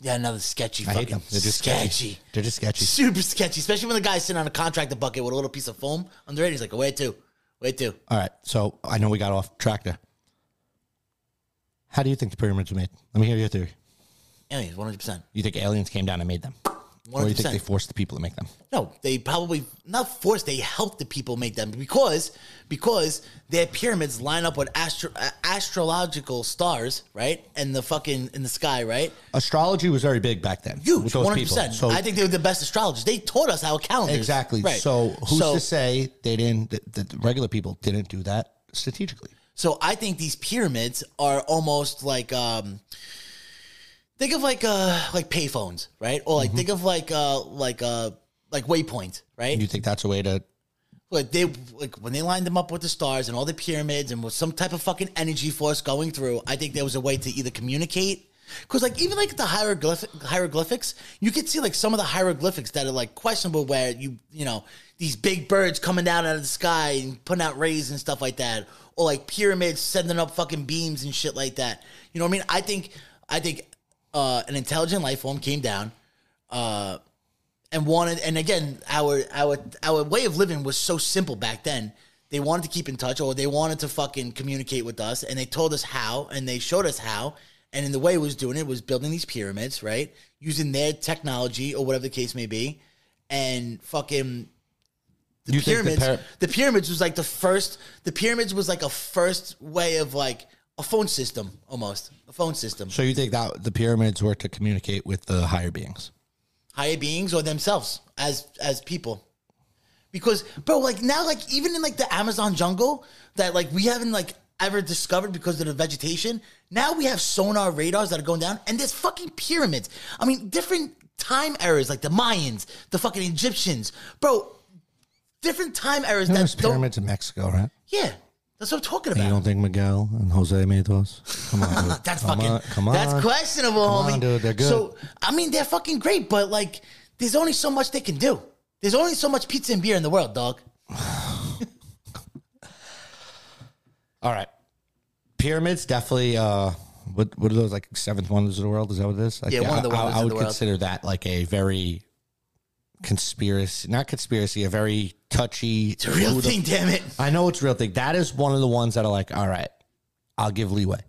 yeah, another sketchy.
I
fucking
hate them. They're just sketchy.
sketchy.
They're just sketchy.
Super sketchy, especially when the guy's sitting on a contractor bucket with a little piece of foam under it. He's like, wait two, wait two.
All right, so I know we got off track there. How do you think the pyramids were made? Let me hear your theory.
Anyways, 100. percent
You think aliens came down and made them, or you think
100%.
they forced the people to make them?
No, they probably not forced. They helped the people make them because because their pyramids line up with astro, uh, astrological stars, right? And the fucking in the sky, right?
Astrology was very big back then.
Huge,
with those
one hundred
people.
percent.
So
I think they were the best astrologers. They taught us how calendars
exactly.
Right.
So who's
so,
to say they didn't? That that the regular people didn't do that strategically.
so I think these pyramids are almost like um. Think of like uh like payphones, right? Or
Mm-hmm.
like think of like uh like uh like waypoints, right?
You think that's a way to?
Like they like when they lined them up with the stars and all the pyramids and with some type of fucking energy force going through. I think there was a way to either communicate because like even like the hieroglyphic hieroglyphics, you could see like some of the hieroglyphics that are like questionable, where you you know these big birds coming down out of the sky and putting out rays and stuff like that, or like pyramids sending up fucking beams and shit like that. You know what I mean? I think I think uh, an intelligent life form came down. Uh, and wanted and again our our our way of living was so simple back then they wanted to keep in touch or they wanted to fucking communicate with us and they told us how and they showed us how and in the way it was doing it was building these pyramids right using their technology or whatever the case may be and fucking the
You think the
pyramids
par-
the pyramids was like the first the pyramids was like a first way of like a phone system almost a phone system
So you think that the pyramids were to communicate with the higher beings?
higher beings or themselves as as people because bro like now like even in like the amazon jungle that like we haven't like ever discovered because of the vegetation now we have sonar radars that are going down and there's fucking pyramids i mean different time eras like the mayans the fucking egyptians bro different time eras
There's
that don't
pyramids in Mexico, right?
yeah that's what i'm talking
And you
about
don't think Miguel and Jose made those? Come on, dude.
that's
come
fucking
On, come on.
that's questionable
Come
homie
on, dude. They're good.
so i mean they're fucking great but like there's only so much they can do there's only so much pizza and beer in the world dog
All right. Pyramids definitely. Uh, what what are those like seventh wonders of the world? Is that what it is? Like,
Yeah, one of the
I- I-
wonders
I,
of
would
the world.
consider that like a very conspiracy, not conspiracy, a very touchy.
It's a real
who the-
thing, damn it.
I know it's a real thing. That is one of the ones that are like, all right, I'll give leeway.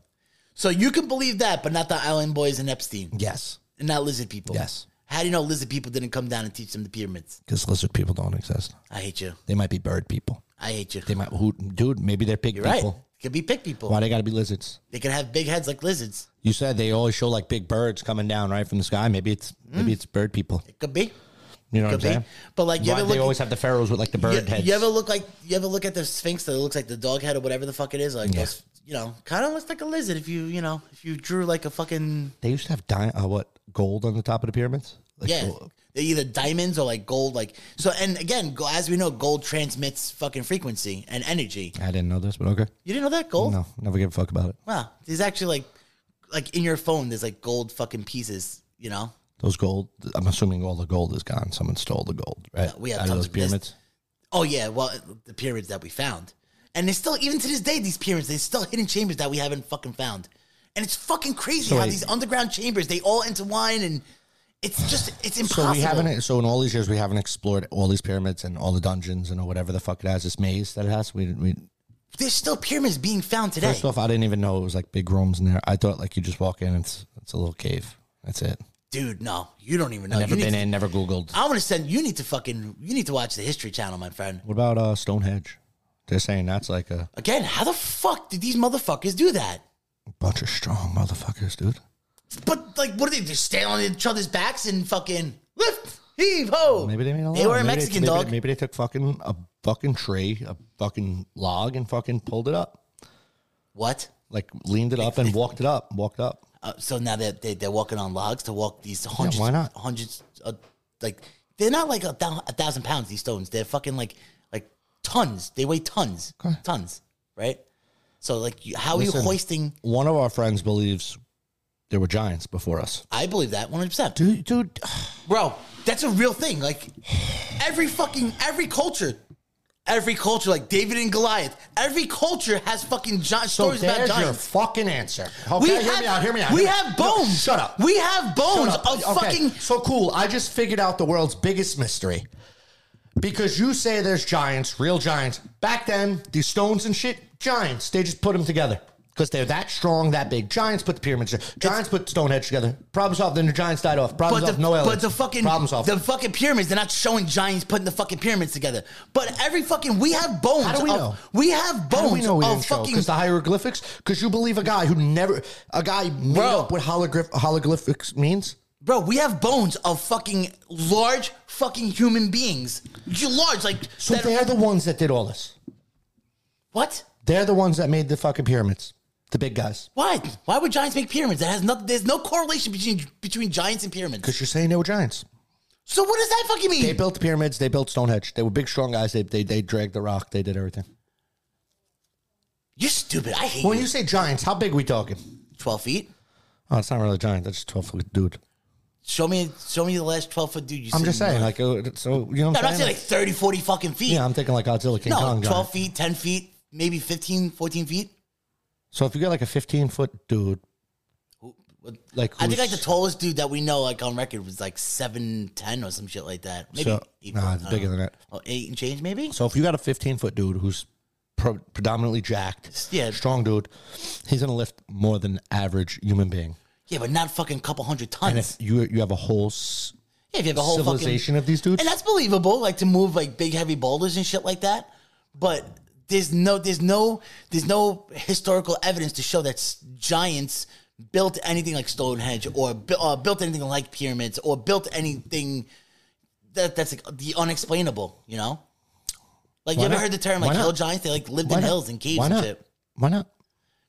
So you can believe that, but not the Island Boys and Epstein,
Yes,
and not lizard people.
Yes.
How do you know lizard people didn't come down and teach them the pyramids?
because lizard people don't exist.
I hate you.
They might be bird people.
I hate you.
They might who dude. Maybe they're pig
You're right.
people.
could be big people.
Why they gotta be lizards?
They could have big heads like lizards.
You said they always show like big birds coming down right from the sky. Maybe it's maybe it's bird people.
It could be.
You know what I'm
Mm. Could be.
saying?
But like you
Why
ever
they
look
always have the pharaohs with like the bird
you,
heads?
you ever look like you ever look at the Sphinx that looks like the dog head or whatever the fuck it is? Like
Yeah.
those- you know, kinda looks like a lizard if you you know, if you drew like a fucking
they used to have di- uh, what gold on the top of the pyramids. Like,
Yeah.
oh,
They're either diamonds or like gold, like so. And again, go- as we know, gold transmits fucking frequency and energy.
I didn't know this, but okay.
You didn't know that gold?
No, never give a fuck about it.
Wow, there's actually like, like in your phone, there's like gold fucking pieces. You know,
Those gold. I'm assuming all the gold is gone. Someone stole the gold, right?
we have
out of
tons
those
of this-
pyramids.
Oh yeah, well the pyramids that we found, and there's still even to this day these pyramids. There's still hidden chambers that we haven't fucking found, and it's fucking crazy
So
how
wait.
these underground chambers they all intertwine, and it's just it's impossible.
So we haven't. So in all these years, we haven't explored all these pyramids and all the dungeons and whatever the fuck it has. This maze that it has. We we
There's still pyramids being found today.
e- first off, I didn't even know it was like big rooms in there. I thought like you just walk in. It's it's a little cave. That's it.
Dude, no, you don't even know.
Never
You need
been
to-
in. Never googled.
I want to send you need to fucking you need to watch the History Channel, my friend.
What about uh, Stonehenge? They're saying that's like a
Again, how the fuck did these motherfuckers do that?
bunch of strong motherfuckers, dude.
But like, what are they? They're standing on each other's backs and fucking lift, heave, ho.
Maybe they made a lot.
They were a
Maybe
Mexican
maybe-
dog.
Maybe they took fucking a fucking tree, a fucking log, and fucking pulled it up,
What?
like leaned it up and walked it up, walked up.
Uh, so now they're, they they're walking on logs to walk these hundreds.
why not?
Hundreds, uh, like they're not like a, thou- a thousand pounds. These stones, they're fucking like like tons. They weigh tons, tons, right? So like, you, how are
Listen.
you hoisting?
One of our friends believes there were giants before us.
I believe that one hundred percent,
Dude, dude,
bro. That's a real thing. Like every fucking every culture. Every culture, like David and Goliath, every culture has fucking
so
gi- stories about
there's your
giants.
fucking answer. Okay,
We
hear
have,
me out. Hear me out.
We
hear me-
have
No,
bones.
shut up.
We have
Shut
bones
up.
of
Okay,
fucking
So cool. I just figured out the world's biggest mystery. Because you say there's giants, real giants. Back then, these stones and shit, giants. They just put them together because they're that strong, that big. Giants put the pyramids together. Giants put Stonehenge together. Problem solved. Then the giants died off. Problem
But
solved.
the,
No aliens.
but the fucking
problem solved.
the fucking pyramids. They're not showing giants putting the fucking pyramids together. But every fucking we have bones.
How do we
of-
know?
We have bones
How do we know we
of
didn't show?
fucking.
Because the hieroglyphics? Because you believe a guy who never, a guy made
Bro.
up what holograph, hologlyphics means?
bro, we have bones of fucking large fucking human beings. You large like
So
that-
they're the ones that did all this.
what?
They're the ones that made the fucking pyramids. The big guys.
Why? Why would giants make pyramids? That has nothing. There's no correlation between between giants and pyramids.
Because you're saying they were giants.
So what does that fucking mean?
They built the pyramids. They built Stonehenge. They were big, strong guys. They they, they dragged the rock. They did everything.
You're stupid. I hate
When
you.
you say giants, how big we talking?
Twelve feet.
Oh, it's not really a giant. That's just twelve foot dude.
Show me. Show me the last twelve foot dude. You
I'm
said
just
you
saying,
know.
like, uh, so you know. What
No,
I'm
I'm not saying
saying?
like 30, 40 fucking feet.
yeah, I'm thinking like Godzilla, King
No,
Kong,
12
giant.
feet, 10 feet, maybe 15, 14 feet.
So if you got like a 15 foot dude, like
I think like the
who's-
tallest dude that we know like on record was like 7'10 or some shit like that. Maybe
So-
eight
nah,
foot,
it's
I don't
bigger
know.
than that.
Oh, eight and change maybe?
So if you got a 15 foot dude who's pro- predominantly jacked,
Yeah.
strong dude, he's gonna lift more than average human being.
Yeah, but not fucking couple hundred tons.
And if you you have a whole s-
yeah, if you have a whole
civilization
fucking,
of these dudes,
And that's believable, like to move like big heavy boulders and shit like that. But there's no there's no there's no historical evidence to show that s- giants built anything like Stonehenge or bu- uh, built anything like pyramids or built anything that that's like, the unexplainable, you know? Like
Why
you ever
not?
heard the term
Why
like
not?
hill giants? They like lived
Why
in
not?
hills and caves
Why
and
not?
shit.
Why not?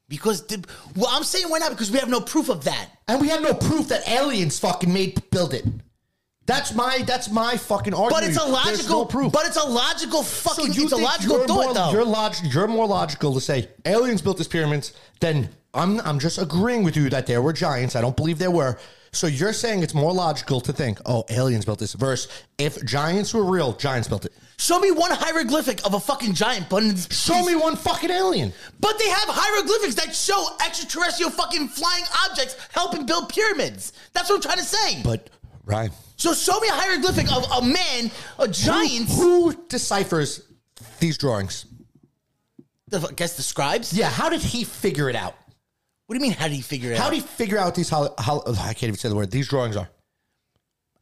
Because the, well, I'm saying why not because we have no proof of that.
And we have no proof that aliens fucking made build it. That's my that's my fucking argument.
But it's a
There's no
logical
proof.
But it's a logical
So
fucking
you
it's a
think
logical
you're
thought
more,
though.
You're, log- you're more logical to say aliens built these pyramids than I'm. I'm just agreeing with you that there were giants. I don't believe there were. So you're saying it's more logical to think, oh, aliens built this. Verse, if giants were real, giants built it.
Show me one hieroglyphic of a fucking giant, but
Show me one fucking alien.
But they have hieroglyphics that show extraterrestrial fucking flying objects helping build pyramids. That's what I'm trying to say.
But Ryan,
so show me a hieroglyphic of a man, a giant.
who deciphers these drawings?
The, I guess the scribes.
Yeah, how did he figure it out?
What do you mean? How did he figure it
How
out?
do you figure out these? Hol- hol- I can't even say the word. These drawings are.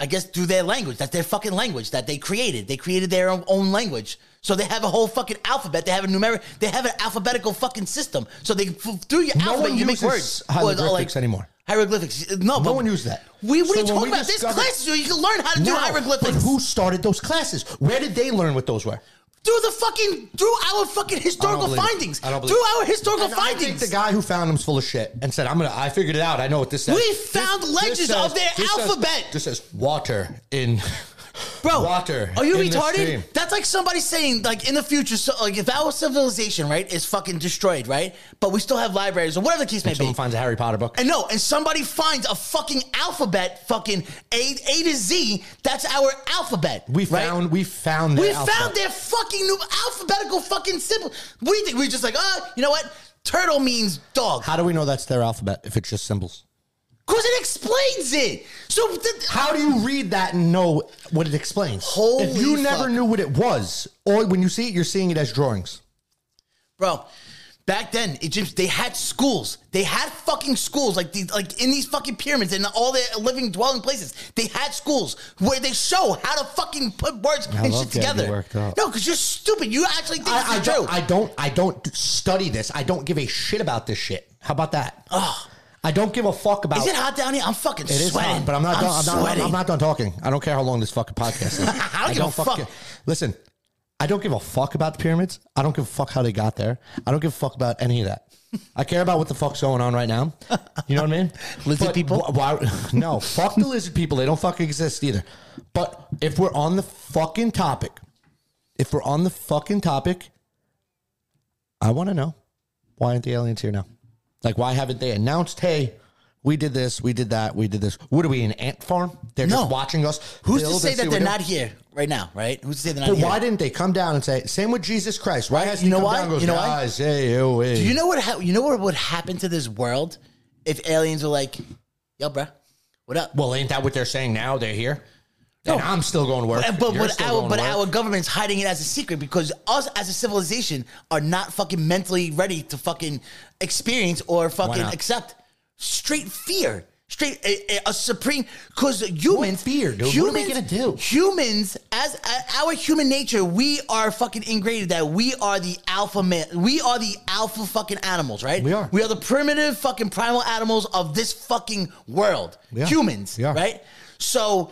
I guess through their language. That's their fucking language that they created. They created their own, own language. So they have a whole fucking alphabet. They have a numeric. They have an alphabetical fucking system. So they f- through your
No
alphabet
one
you make
uses
words.
hieroglyphics
Or,
anymore.
Hieroglyphics. No,
No
but
one used that.
We what
So when we
are you talking about? This
discovered-
class so you can learn how to do
No,
hieroglyphics.
But who started those classes? Where did they learn what those were?
through the fucking through our fucking historical
believe it.
findings.
I don't believe
through
it.
our historical
And I think
findings.
the guy who found them's full of shit and said, "I'm gonna. I figured it out. I know what this says."
We
This-
found
this
legends
says-
of their
this says-
alphabet.
this says water in.
Bro,
water.
Are you
in this stream.
retarded? That's like somebody saying, like, in the future, so like if our civilization, right, is fucking destroyed, right, but we still have libraries or whatever the case may be.
Someone finds a Harry Potter book.
and no, and somebody finds a fucking alphabet, fucking A A to Z. That's our alphabet.
we
right?
found. We found. Their
We
alphabet.
found their fucking new alphabetical fucking symbol. What do you think? We just like, oh, you know what? Turtle means dog.
How do we know that's their alphabet if it's just symbols?
Cause it explains it. So th-
How do you read that and know what it explains?
Holy
if you
fuck.
never knew what it was, or when you see it, you're seeing it as drawings.
bro. Back then, Egypt they had schools. They had fucking schools, like the, like in these fucking pyramids and all their living dwelling places. They had schools where they show how to fucking put words and
love
shit
getting
together.
worked
No,
up.
because you're stupid. You actually think
I, I
it's true.
don't, I don't. I don't study this. I don't give a shit about this shit. How about that? I don't give a fuck about.
is it hot down here? I'm fucking
It is
sweating.
hot, but I'm not. done, I'm, not
sweating.
I'm not done talking. I don't care how long this fucking podcast is.
I don't give a
fuck-
fuck.
Listen, I don't give a fuck about the pyramids. I don't give a fuck how they got there. I don't give a fuck about any of that. I care about what the fuck's going on right now. You know what I mean?
Lizard people?
wh- Why, no, fuck the lizard people. They don't fucking exist either. But if we're on the fucking topic, if we're on the fucking topic, I want to know why aren't the aliens here now? Like, why haven't they announced, hey, we did this, we did that, we did this? What are we, an ant farm? They're
No.
just watching us.
Who's to
build
say
and see
that
what
they're
we
not
do?
here right now? Right? Who's to say they're not
But
here?
why didn't they come down and say, same with Jesus Christ? Why has
You
he
know
come
why?
down and goes,
You know why?
guys, hey, oh, hey.
Do you know what? Ha- you know what would happen to this world if aliens were like, "Yo, bro, what up?"
well, ain't that what they're saying now? They're here? And
No.
I'm still going to work.
But Uh, but
You're
what
still
our
going
but
to work.
our government's hiding it as a secret because us as a civilization are not fucking mentally ready to fucking experience or fucking
not?
accept straight fear. Straight a, a- a supreme because humans
fear, dude? What are
Humans,
we gonna do?
Humans, as uh, our human nature, we are fucking ingrained that we are the alpha man. We are the alpha fucking animals, right?
We are.
We are the primitive fucking primal animals of this fucking world.
We are.
Humans,
We are.
right? So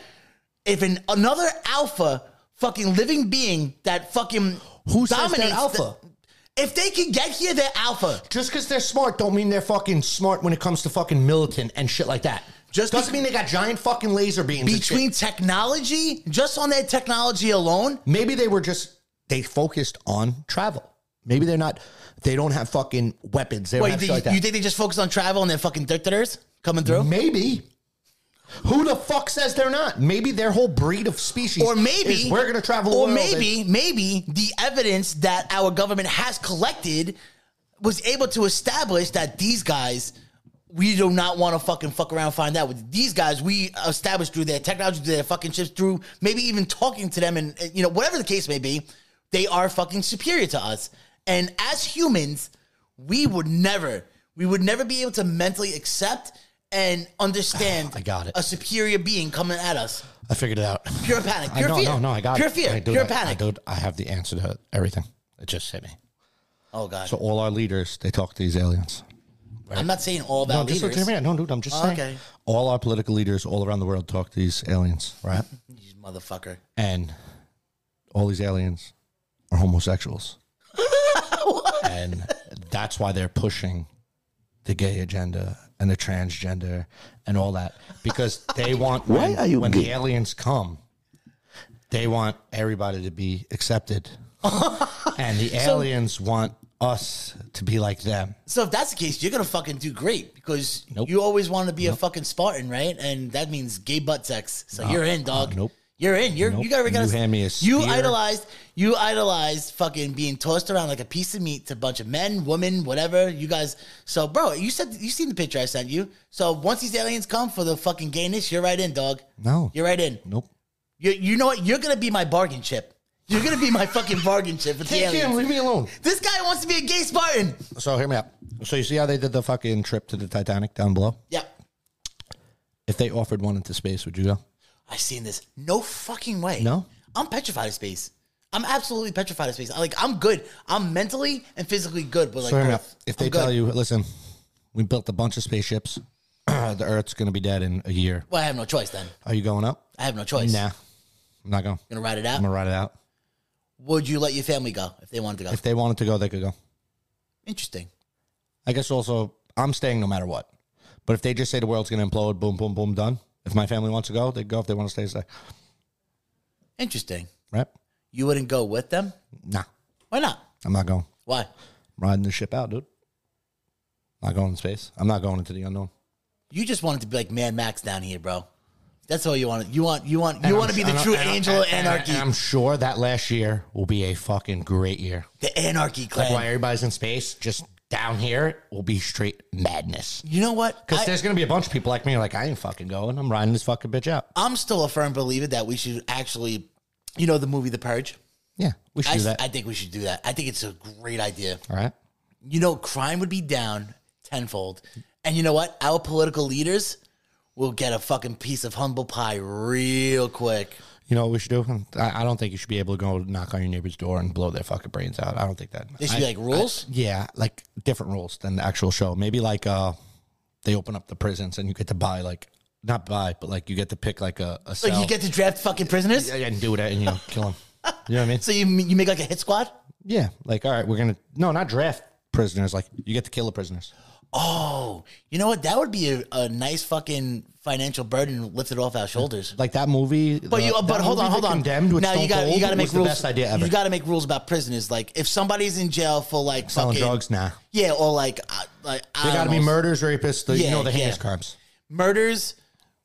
if an, another alpha fucking living being that fucking
Who says they're
dominates
alpha?
the- if they can get here, they're alpha.
Just because they're smart don't mean they're fucking smart when it comes to fucking militant and shit like that. Just
Just
doesn't
be-
mean they got giant fucking laser beams. and shit.
Between technology, just on their technology alone,
maybe they were just they focused on travel. Maybe they're not. They don't have fucking weapons. They don't
wait,
have
you,
shit like that.
you think they just focus on travel and their fucking dirt coming through?
maybe. Who the fuck says they're not? Maybe their whole breed of species,
or maybe
is we're gonna travel. the
or
world and-
maybe maybe the evidence that our government has collected was able to establish that these guys we do not want to fucking fuck around and find out with these guys we established through their technology through their fucking chips through maybe even talking to them and and, you know whatever the case may be they are fucking superior to us and as humans we would never we would never be able to mentally accept and understand
I got it.
a superior being coming at us
I figured it out.
pure panic
I
pure
no,
fear
no, no. I got
pure
it.
fear
I do
pure
that. I,
panic
do, I have the answer to everything. It just hit me.
Oh God!
So all our leaders, they talk to these aliens.
I'm not saying all
No,
about
just look
leaders. Oh,
to me. No, dude, I'm just saying.
Okay.
All our political leaders all around the world talk to these aliens, right?
You motherfucker.
and all these aliens are homosexuals. and that's why they're pushing the gay agenda and the transgender and all that because they want
Why
when,
are you
when
gay?
the aliens come they want everybody to be accepted and the aliens want us to be like them
So if that's the case, you're gonna fucking do great because
Nope.
you always want to be a fucking Spartan, right? And that means gay butt sex. So you're in, dog.
nope.
You're in. You're you
Nope.
gotta recognize.
You hand me a
you
spear.
idolized. You idolized fucking being tossed around like a piece of meat to a bunch of men, women, whatever. You guys. So bro, you said you seen the picture I sent you. So once these aliens come for the fucking gayness, you're right in, dog.
no
You're right in.
nope
You, you know what? You're gonna be my bargain chip. You're gonna be my fucking bargain chip with the
Take
aliens.
him, leave me alone
This guy wants to be a gay Spartan.
so hear me out so you see how they did the fucking trip to the titanic down below
Yeah.
if they offered one into space would you go
I've seen this. No fucking way.
No?
I'm petrified of space. I'm absolutely petrified of space. I, like I'm good. I'm mentally and physically good, but like
Fair
both.
enough. If they
I'm
tell
good.
you, listen, we built a bunch of spaceships, the Earth's going to be dead in a year.
well, I have no choice then.
Are you going up?
I have no choice.
Nah, I'm not going.
Gonna ride it out.
I'm gonna ride it out.
Would you let your family go if they wanted to go?
If they wanted to go, they could go.
Interesting.
I guess also I'm staying no matter what. But if they just say the world's gonna implode, boom, boom, boom, done. If my family wants to go, they go. If they want to stay, stay.
Interesting.
Right?
You wouldn't go with them?
Nah,
Why not?
I'm not going.
Why?
I'm riding the ship out, dude. Not going in space. I'm not going into the unknown.
You just wanted to be like Man Max down here, bro. That's all you wanted. You want you want
And
you
I'm
want to be
su-
the
and I-
true
and I-
angel of
and I-
anarchy.
and I'm sure that last year will be a fucking great year.
the anarchy clan.
Like while everybody's in space, just down here will be straight madness.
you know what?
Because
I-
there's gonna be a bunch of people like me, like I ain't fucking going. I'm riding this fucking bitch out.
I'm still a firm believer that we should actually, you know, the movie The Purge.
Yeah, we should
I,
do that.
I think we should do that. I think it's a great idea.
All right.
You know, crime would be down tenfold, and you know what? Our political leaders will get a fucking piece of humble pie real quick.
You know what we should do? I, I don't think you should be able to go knock on your neighbor's door and blow their fucking brains out. I don't think that.
They should
I-
be like rules.
yeah, like different rules than the actual show. Maybe like uh, they open up the prisons and you get to buy like not buy, but like you get to pick like a, a cell
like you get to draft fucking prisoners.
Yeah, yeah, and do it and you know kill them. You know what I mean?
So you you make like a hit squad.
Yeah, like all right, we're gonna no, not draft prisoners. Like you get to kill the prisoners.
Oh, you know what? That would be a, a nice fucking financial burden lifted off our shoulders.
Like that movie.
But you, but hold on, hold on.
Condemned with
now you got you got to make
the
rules.
best idea ever.
You got to make rules about prisoners. Like if somebody's in jail for like
selling
fucking
drugs now. Nah.
yeah, or like uh, like
They got to be
murders,
murders, rapists. The,
Yeah,
you know the heinous
yeah.
crimes.
murders,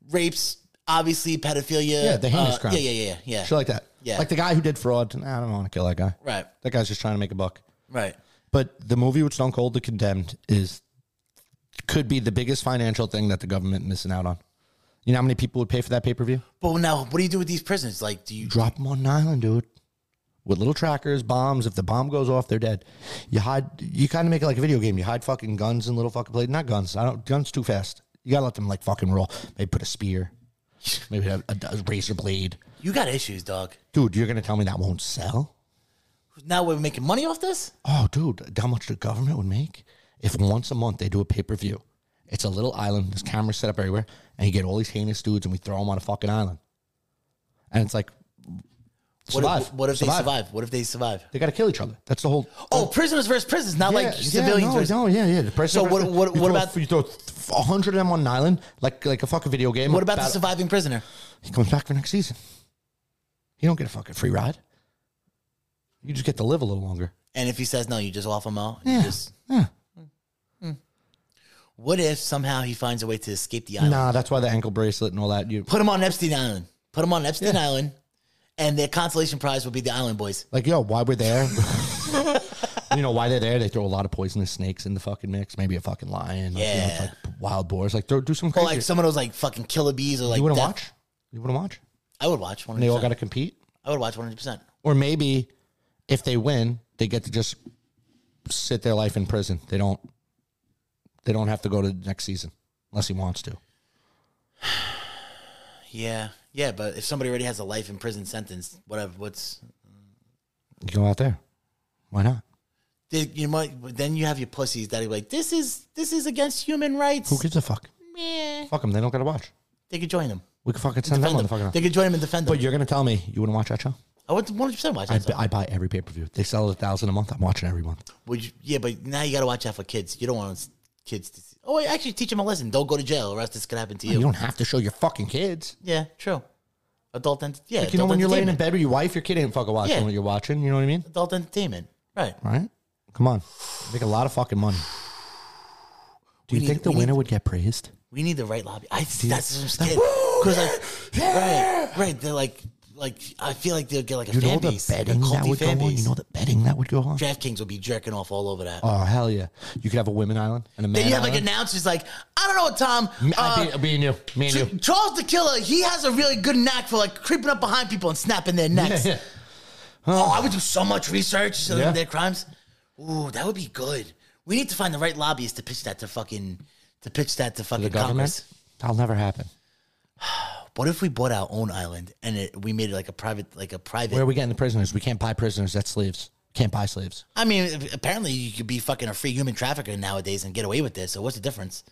rapes, obviously pedophilia.
Yeah, the heinous
uh,
crimes.
Yeah, yeah, yeah, yeah.
Shit like that.
Yeah.
Like the guy who did fraud. Nah, I don't want to kill that guy.
Right,
That guy's just trying to make a buck.
right.
But the movie with Stone Cold, The Condemned, is could be the biggest financial thing that the government missing out on. You know how many people would pay for that pay per view?
But now, what do you do with these prisoners? Like, do you?
Drop them on an island, dude, with little trackers, bombs. If the bomb goes off, they're dead. You hide. You kind of make it like a video game. You hide fucking guns in little fucking plate. Not guns. I don't. Guns too fast. You gotta let them like fucking roll. Maybe put a spear. Maybe a, a, a razor blade.
You got issues, dog.
Dude, you're gonna tell me that won't sell?
Now we're making money off this.
Oh, dude, how much the government would make if once a month they do a pay per view? It's a little island. There's cameras set up everywhere, and you get all these heinous dudes, and we throw them on a fucking island. And it's like,
What
survive.
if, what if they survive? What if they survive?
They got to kill each other. That's the whole.
Oh, prisoners versus prisoners, not like civilians
Yeah,
versus.
no, no, yeah, yeah. The
So what- what-
you
what
throw,
about-
you throw a hundred of them on an island like like a fucking video game?
What about the
battle-
surviving prisoner?
He comes back for next season. You don't get a fucking free ride. You just get to live a little longer.
And if he says no, you just off him out. You
Yeah.
just- Hmm.
Yeah.
what if somehow he finds a way to escape the island?
Nah, that's why the ankle bracelet and all that. You
Put him on Epstein Island. Put him on Epstein
Yeah.
Island, and their consolation prize will be the Island Boys.
Like, yo, why we're there? you know why they're there? They throw a lot of poisonous snakes in the fucking mix. Maybe a fucking lion. Like, you know, it's
Yeah.
like wild boars. Like, throw, do some
Or
crazy.
like some of those like fucking killer bees or like
you wouldn't
death-
watch. You wouldn't watch.
I would watch one
And they all got
hundred percent.
to compete.
I would watch one hundred percent.
Or maybe if they win, they get to just sit their life in prison. They don't. They don't have to go to the next season unless he wants to.
Yeah, yeah. But if somebody already has a life in prison sentence, whatever. What's
Go out there. Why not?
they- you might then you have your pussies that are like this is this is against human rights.
Who gives a fuck?
Meh.
Fuck them. They don't got to watch.
They could join them.
We could fucking send them
Defend
on the
them.
fucking.
They could join them and defend them.
But you're gonna tell me you wouldn't watch that show?
I would one hundred percent watch
I,
that.
bu- I buy every pay per view. They sell it a thousand a month. I'm watching every month.
Would you, yeah, but now you got to watch out for kids. You don't want s- kids to. See. Oh, wait, actually, teach them a lesson. Don't go to jail, or else this could happen to you.
Oh, You don't have to show your fucking kids.
yeah, true. Adult ent- yeah,
Like, you know,
adult
when you're laying in
entertainment.
bed with your wife, your kid ain't fucking watching
Yeah.
what you're watching. You know what I mean?
Adult entertainment, right?
Right? Come on. Make a lot of fucking money. Do you
need-
think the
we
winner would get praised?
We need the right lobby. I that's what I'm scared because like right, right. They're like like I feel like they'll get like a
You know
fan
the
base, like a
betting that
culty
would go
fan
on?
base.
You know the betting that would go on?
DraftKings will be jerking off all over that.
Oh, hell yeah. You could have a women island and a man
then you have like
island.
announcers like I don't know, Tom. uh,
I'd be, me and you. Me and
Ch-
you.
Charles the Killer, he has a really good knack for like creeping up behind people and snapping their necks.
Yeah, yeah.
Oh, I would do so much research on
Yeah.
their crimes. Ooh, that would be good. We need to find the right lobbyists to pitch that to fucking to pitch that to fucking
The government?
Congress.
That'll never happen.
What if we bought our own island and it, we made it like a private, like a private?
Where are we getting the prisoners? We can't buy prisoners. That's slaves. Can't buy slaves.
I mean, apparently you could be fucking a free human trafficker nowadays and get away with this. So what's the difference?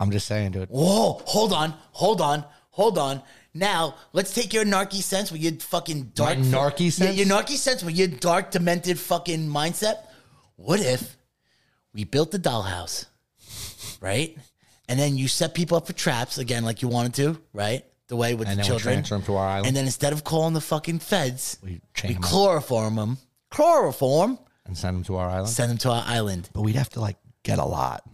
I'm just saying, dude.
Whoa, hold on, hold on, hold on. Now let's take your narky sense with your fucking dark
narky sense?
Yeah, your narky sense with your dark, demented fucking mindset. What if we built the dollhouse, right? And then you set people up for traps again, like you wanted to, right? The way with
And
the
then we
children.
transfer 'em to our island.
And then instead of calling the fucking feds, we,
We chain them up.
chloroform them, chloroform,
And send them to our island.
send them to our island.
But we'd have to like get a lot.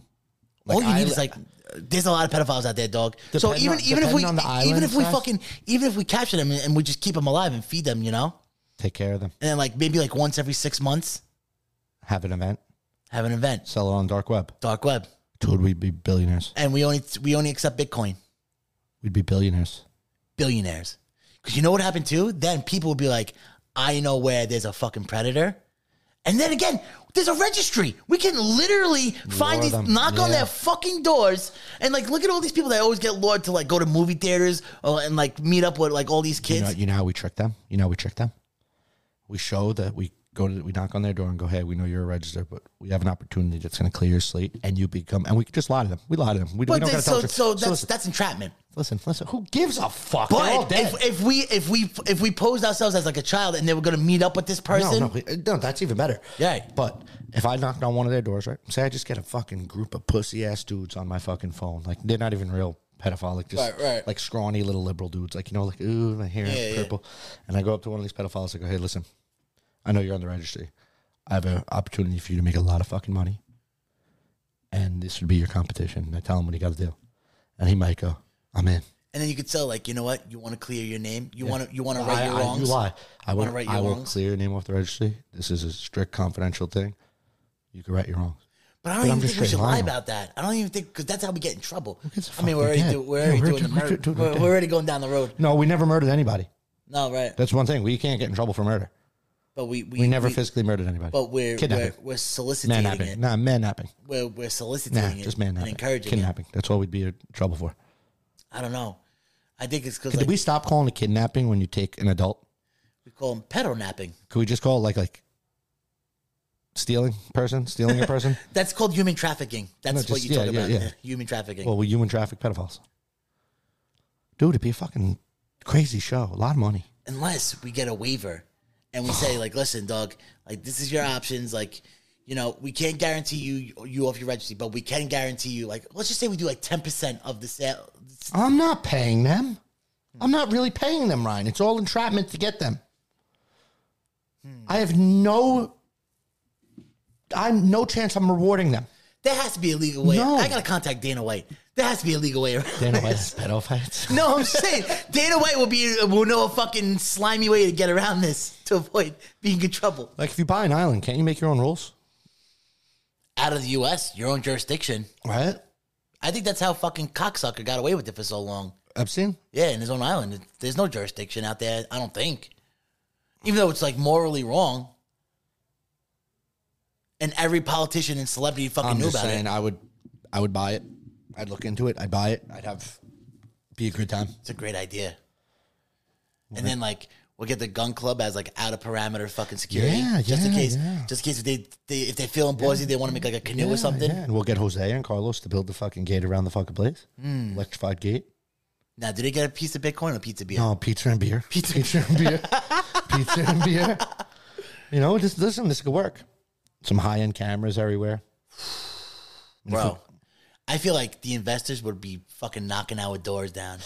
All you need
isla-
is like, there's a lot of pedophiles out there, dog. so
Depend
even
on-
even if we e-,
depending on the
even
island
if we
size.
fucking even if we capture them and we just keep them alive and feed them, you know,
take care of them.
and then like maybe like once every six months
Have an event.
have an event,
Sell it on dark web.
dark web,
Dude, we'd be billionaires.
and we only we only accept Bitcoin
We'd be billionaires.
billionaires. Because you know what happened too? Then people would be like, I know where there's a fucking predator. And then again, there's a registry. We can literally find
Lure
these,
them.
knock on
Yeah.
their fucking doors, and like look at all these people that always get lured to like go to movie theaters or, and like meet up with like all these
You
kids.
know, you know how we trick them? You know how we trick them? We show that we go to we knock on their door and go, Hey, we know you're a register, but we have an opportunity that's gonna clear your slate and you become and we could just lie to them. We lie to them. We, we
but
don't
they-
gotta tell
so
the truth.
so that's
listen,
that's entrapment.
listen, listen, who gives a fuck? They're all
But
dead.
if, if we if we if we posed ourselves as like a child and they were gonna meet up with this person,
No, no, no, that's even better.
Yeah.
But if I knocked on one of their doors, right? Say I just get a fucking group of pussy ass dudes on my fucking phone. Like they're not even real pedophilic, just
Right, right.
like scrawny little liberal dudes. Like, you know, like, ooh, my hair
Yeah, yeah.
purple. And I go up to one of these pedophiles, I go, Hey, listen, I know you're on the registry. I have an opportunity for you to make a lot of fucking money. And this would be your competition. And I tell him what he gotta do. And he might go, I'm in.
and then you could tell like you know what you want to clear your name, you want to you want to
I,
right your
I-
wrongs.
you lie. I will,
Wanna right your
I will
wrongs?
clear your name off the registry. This is a strict confidential thing. You can right your wrongs.
But I don't
But I'm
even
just
think we
straight
should lie
lying.
about that. I don't even think because that's how we get in trouble.
gives a
I mean,
fuck?
we're
We're
already,
dead.
do, we're
Yeah,
already
we're
doing the
dead. We're
murder.
dead. We're
We're,
dead.
we're already going down the road.
No, we never murdered anybody.
No, right.
That's one thing. We can't get in trouble for murder.
But we we,
We never physically murdered anybody.
But we're
kidnapping,
we're, we're soliciting it.
mannapping. Nah, mannapping.
We're we're soliciting
Nah,
it
just
and
mannapping.
encouraging
Kidnapping. That's all we'd be in trouble for.
it. I don't know. I think it's because
Did
like,
we
we,
stop calling it kidnapping when you take an adult?
call them pedo napping.
Could we just call it like like stealing person, stealing a person?
That's called human trafficking. That's
No,
what
just-
you talk
yeah, yeah,
about.
yeah.
Human trafficking.
well, we human traffic pedophiles. Dude, it'd be a fucking crazy show. A lot of money.
unless we get a waiver and we say like listen dog like this is your options like you know we can't guarantee you you off your registry but we can guarantee you like let's just say we do like 10% of the sale
I'm not paying them. I'm not really paying them, Ryan. It's all entrapment to get them. I have no I'm no chance I'm rewarding them.
there has to be a legal way
No.
i gotta contact dana white there has to be a legal way around
Dana White
this.
has pedo fights.
no i'm saying dana white will be will know a fucking slimy way to get around this to avoid being in trouble
Like if you buy an island, can't you make your own rules?
out of the us your own jurisdiction
Right?
i think that's how fucking cocksucker got away with it for so long
Epstein?
Yeah, in his own island. There's no jurisdiction out there, I don't think. Even though it's like morally wrong. And every politician and celebrity fucking
I'm
knew
just
about
saying
it.
I would I would buy it. I'd look into it. I'd buy it. I'd have be a good time.
It's a great idea. And then like we'll get the gun club as like out of parameter fucking security.
Yeah,
just in
yeah,
case
yeah.
just in case if they, they if they feel boise they want to make like a canoe or something.
Yeah, And we'll get Jose and Carlos to build the fucking gate around the fucking place. Electrified gate.
Now do they get a piece of Bitcoin or pizza beer?
No, pizza and beer. Pizza, and beer. pizza and beer. You know, just listen, this could work. Some high end cameras everywhere.
Bro. I feel like the investors would be fucking knocking our doors down.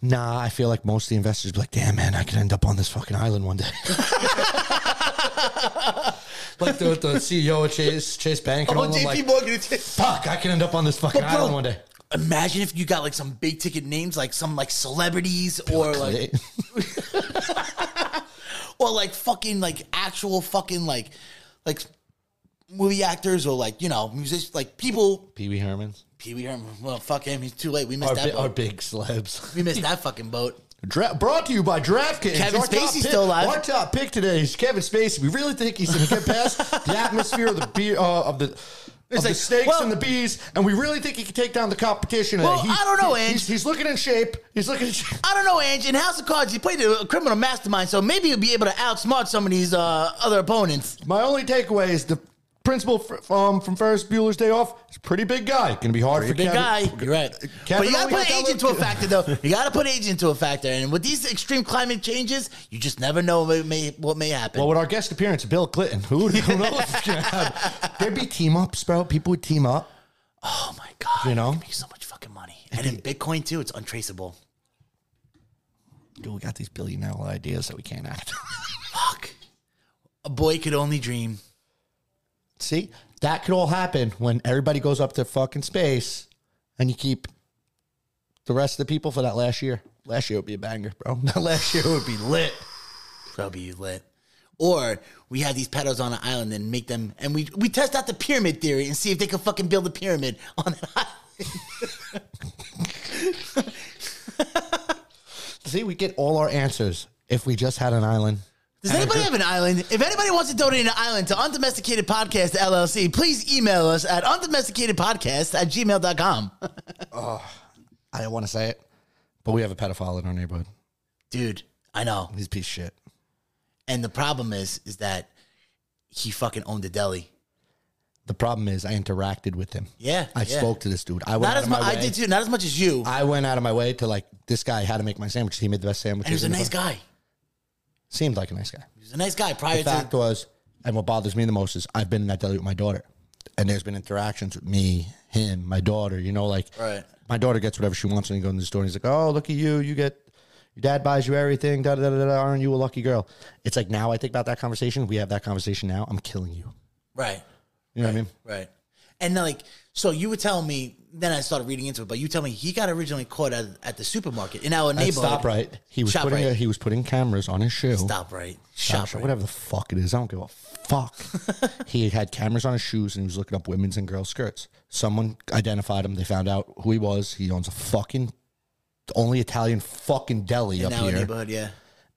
Nah, I feel like most of the investors be like, damn, man, I could end up on this fucking island one day. like the, the CEO of Chase, Chase Bank and all them, like,
Morgan is
fuck, I could end up on this fucking
But bro,
island one day.
Imagine if you got like some big ticket names, like some like celebrities or like or like fucking like actual fucking like like movie actors or like you know musicians, like people.
Pee Wee Herman's.
Pee Wee Herman. Well, fuck him. He's too late. We missed
Our,
that
bi-
boat.
our big celebs.
we missed that fucking boat.
Dra- brought to you by DraftKings.
Kevin
Our top
Spacey's
pick-
still alive.
Our top pick today is Kevin Spacey. We really think he's going to get past the atmosphere of the beer uh, of the It's
It's
of
like,
the snakes
well-
and the bees, and we really think he can take down the competition.
Well,
Uh, he-
I don't know,
he-
Ange.
He's, he's looking in shape. He's looking in shape.
I don't know, Ange. In House of Cards, you played a criminal mastermind, so maybe you'll be able to outsmart some of these uh, other opponents.
My only takeaway is the principal fr- um, from Ferris Bueller's Day Off is a pretty big guy. Going to be hard for
Big
Kevin.
guy, you're right.
Kevin
but you gotta
only
put
got that
age into a
little-
factor, though. You gotta put age into a factor, and with these extreme climate changes, you just never know what may, what may happen.
Well, with our guest appearance, Bill Clinton, who would who knows? what's gonna happen? There'd be team ups, bro. People would team up.
oh my god,
You know?
they make so much fucking money, and in Bitcoin too, it's untraceable.
Dude, we got these billionaire ideas that we can't act.
Fuck, a boy could only dream.
See, that could all happen when everybody goes up to fucking space, and you keep the rest of the people for that last year. Last year would be a banger, bro. That last year would be lit.
That'll be lit. Or we have these pedos on an island and make them, and we we test out the pyramid theory and see if they can fucking build a pyramid on an island.
See, we get all our answers if we just had an island.
Does anybody have an island? If anybody wants to donate an island to Undomesticated Podcast LLC, please email us at undomesticatedpodcast at gmail.com.
I don't want to say it, but we have a pedophile in our neighborhood.
Dude, I know.
He's a piece of shit.
And the problem is, is that he fucking owned a deli.
The problem is, I interacted with him.
Yeah,
I
yeah.
spoke to this dude. I went out
Not as
of my
much.
way.
I did too. Not as much as you.
I went out of my way to like this guy how to make my sandwiches. He made the best sandwiches.
and he
in the
was a nice
fu-
guy.
Seemed like a nice guy.
He was a nice guy prior
The fact
to.
was, and what bothers me the most is I've been in that deli with my daughter, and there's been interactions with me, him, my daughter. You know, like
Right.
my daughter gets whatever she wants when you go in the store. And he's like, "Oh, look at you! You get your dad buys you everything. Da da da da. da, Aren't you a lucky girl?" It's like now I think about that conversation. We have that conversation now. I'm killing you.
Right.
You know what I mean?
Right. And then, like, so you were telling me, then I started reading into it, but you tell me he got originally caught at, at the supermarket in our
At
neighborhood.
stop right. He was
Shop
putting
right.
he was putting cameras on his shoe.
Stop right.
Shop,
Shop
Shop,
right.
whatever the fuck it is. I don't give a fuck. he had cameras on his shoes and he was looking up women's and girls' skirts. Someone identified him. They found out who he was. He owns a fucking only Italian fucking deli
In
up
our
here.
neighborhood, yeah.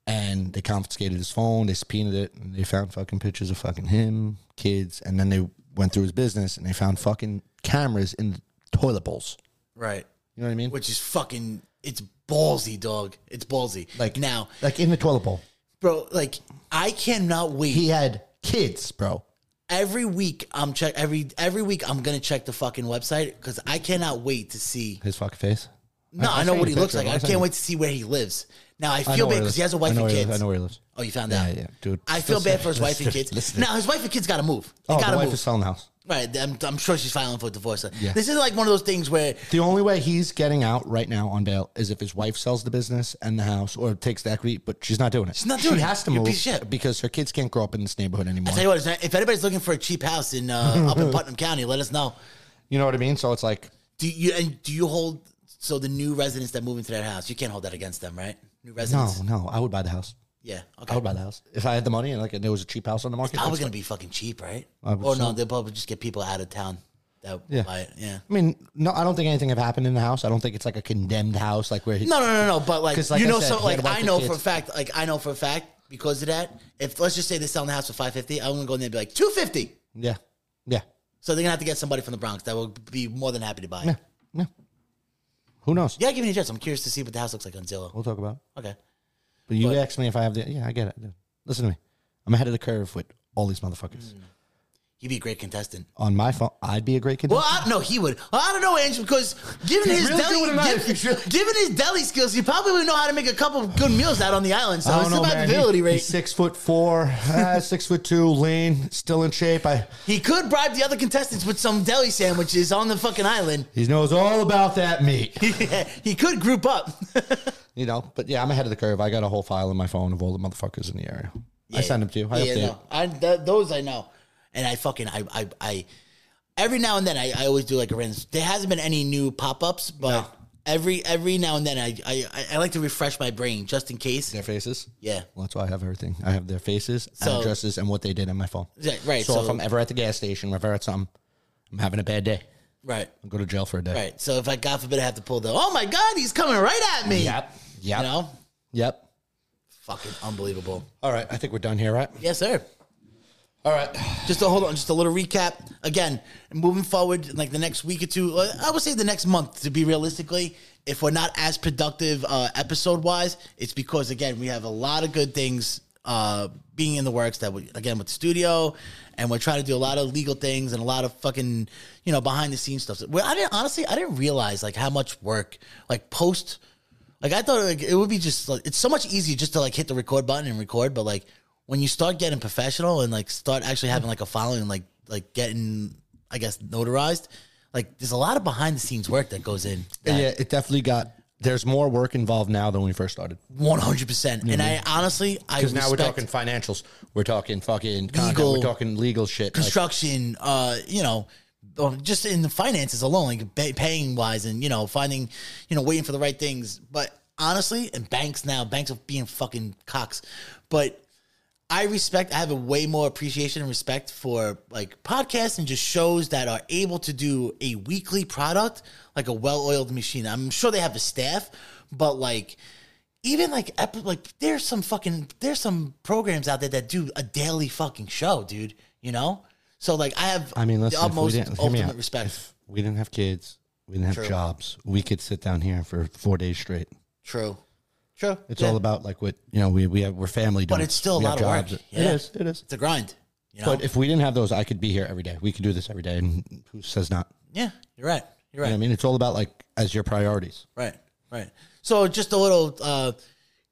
And they confiscated his phone. They subpoenaed it. And they found fucking pictures of fucking him, kids. And then they went through his business and they found fucking cameras in the toilet bowls.
Right.
You know what I mean?
Which is fucking it's ballsy, dog. It's ballsy. Like now,
like in the toilet bowl.
bro, like I cannot wait.
He had kids, bro.
every week I'm check every every week I'm gonna check the fucking website because I cannot wait to see
His fucking face.
No,
I- I
I, know
sent
what
you
he
a
looks
picture of
like.
him. I
I
sent
can't
you-
wait to see where he lives. Now I
I know
feel bad
where
because he
lives.
has a
I
wife
know
and
where he lives.
kids.
I know where he lives.
Oh, you found
Yeah,
out.
yeah, dude.
I feel
Listen,
bad for his wife and
listen,
kids.
listen.
Now his wife and kids gotta move. They
Oh,
gotta
the wife
move.
is selling the house.
right. I'm, I'm sure she's filing for divorce.
Yeah.
This is like one of those things where
The only way he's getting out right now on bail is if his wife sells the business and the house or takes the equity, but she's not doing it. She's
not doing
she
it.
has to
You
move
piece of shit.
because her kids can't grow up in this neighborhood anymore.
I'll tell you what, if anybody's looking for a cheap house in uh, up in Putnam County, let us know.
you know what I mean? So it's like,
Do you and do you hold so the new residents that move into that house? You can't hold that against them, right? New
no,
residents.
no, I would buy the house.
Yeah.
I
Okay.
would buy the house if I had the money and like and there was a cheap house on the market.
I was
I'd-
gonna be fucking cheap, right?
I would
Or no,
say-
they'll probably just get people out of town that
Yeah.
buy it. Yeah.
I mean, no, I don't think anything have happened in the house. I don't think it's like a condemned house, like where he,
No, no, no, no. But like,
'Cause like
you
I
know,
said,
so
he had
like
a bunch
I
of
know
kids.
for a fact, like I know for a fact because of that. If let's just say they're selling the house for five fifty, I'm gonna go in there and be like two fifty.
yeah, yeah,
So they're gonna have to get somebody from the Bronx that will be more than happy to buy it.
yeah,
Yeah,
yeah. Who knows?
give me a chance. I'm curious to see what the house looks like on Zillow.
We'll talk about. it.
Okay.
But you
But-
asked me if I have the. Yeah, I get it. dude. Listen to me. I'm ahead of the curve with all these motherfuckers.
Mm. He'd be a great contestant.
On my phone, I'd be a great
Well,
contestant.
I, no, he would. Well, I don't know, Ange, because given
He's
his
really good
deli,
with a knife.
given,
He's really-
given his deli skills, he probably would know how to make a couple of good meals out on the island. So it's about the ability
He-
rate.
He's six foot four, uh, six foot two, lean, still in shape. I
he could bribe the other contestants with some deli sandwiches on the fucking island.
he knows all about that meat,
he could group up.
you know. But yeah, I'm ahead of the curve. I got a whole file in my phone of all the motherfuckers in the area. I send them to you. I
yeah,
update.
no, I th- those I know, and I fucking I I, I every now and then I, I always do like a random. There hasn't been any new pop ups, but every every now and then I, I I- I like to refresh my brain just in case.
Their faces.
Yeah.
Well, that's why I have everything. I have their faces,
So-
addresses, and what they did in my phone.
Yeah, right,
So, if
so-
I'm ever at the gas station, or if I'm at something, I'm having a bad day.
Right.
I'll go to jail for a day.
Right. So if I God forbid I have to pull the oh my god he's coming right at me.
Yep. Yep.
You know,
Yep.
fucking unbelievable.
All right. I think we're done here, right?
Yes, sir.
All right.
Just to hold on, just a little recap. Again, moving forward, like the next week or two, uh, I would say the next month to be realistically, if we're not as productive uh, episode wise, it's because again we have a lot of good things uh, being in the works that we again with the studio, and we're trying to do a lot of legal things and a lot of fucking you know behind the scenes stuff. Well, I didn't honestly, I didn't realize like how much work like post. Like I thought like it would be just like it's so much easier just to like hit the record button and record, but like when you start getting professional and like start actually having like a following and like like getting I guess notarized, like there's a lot of behind the scenes work that goes in.
Yeah, it definitely got. There's more work involved now than when we first started.
One hundred percent. And I honestly I
Because Mm-hmm. now we're
respect
talking financials, we're talking fucking content,
Legal-
we're talking legal shit. like-
construction, uh, you know, or just in the finances alone, like pay, paying wise and, you know, finding, you know, waiting for the right things. But honestly, and banks now, banks are being fucking cocks. But I respect, I have a way more appreciation and respect for like podcasts and just shows that are able to do a weekly product like a well oiled machine. I'm sure they have a staff, but like, even like ep- like there's some fucking there's some programs out there that do a daily fucking show, dude. You know, so like I have
I mean, listen,
the
if we
utmost
didn't, hear me
ultimate
out.
respect.
If we didn't have kids, we didn't have jobs, we could sit down here for four days straight.
True, true.
It's
Yeah.
all about like what you know. We we have, we're family,
but
dudes.
it's still a
We
lot
have
of work.
jobs.
Yeah.
It is. It is.
It's a grind. You know.
But if we didn't have those, I could be here every day. We could do this every day, and who says not?
yeah, you're right. You're
You
right.
know what I mean, it's all about like as your priorities.
Right, right. So just a little uh,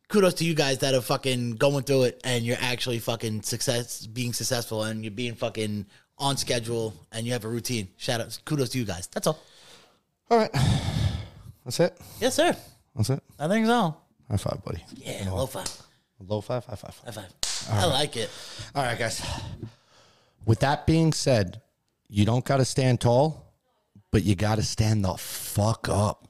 kudos to you guys that are fucking going through it, and you're actually fucking success, being successful, and you're being fucking on schedule, and you have a routine. Shout out, kudos to you guys. That's all.
All right, that's it.
Yes, sir.
That's it.
I think so.
High five, buddy.
Yeah, low five,
Low five, high five.
high five. I like it.
All right, guys. With that being said, you don't got to stand tall, but you got to stand the fuck up.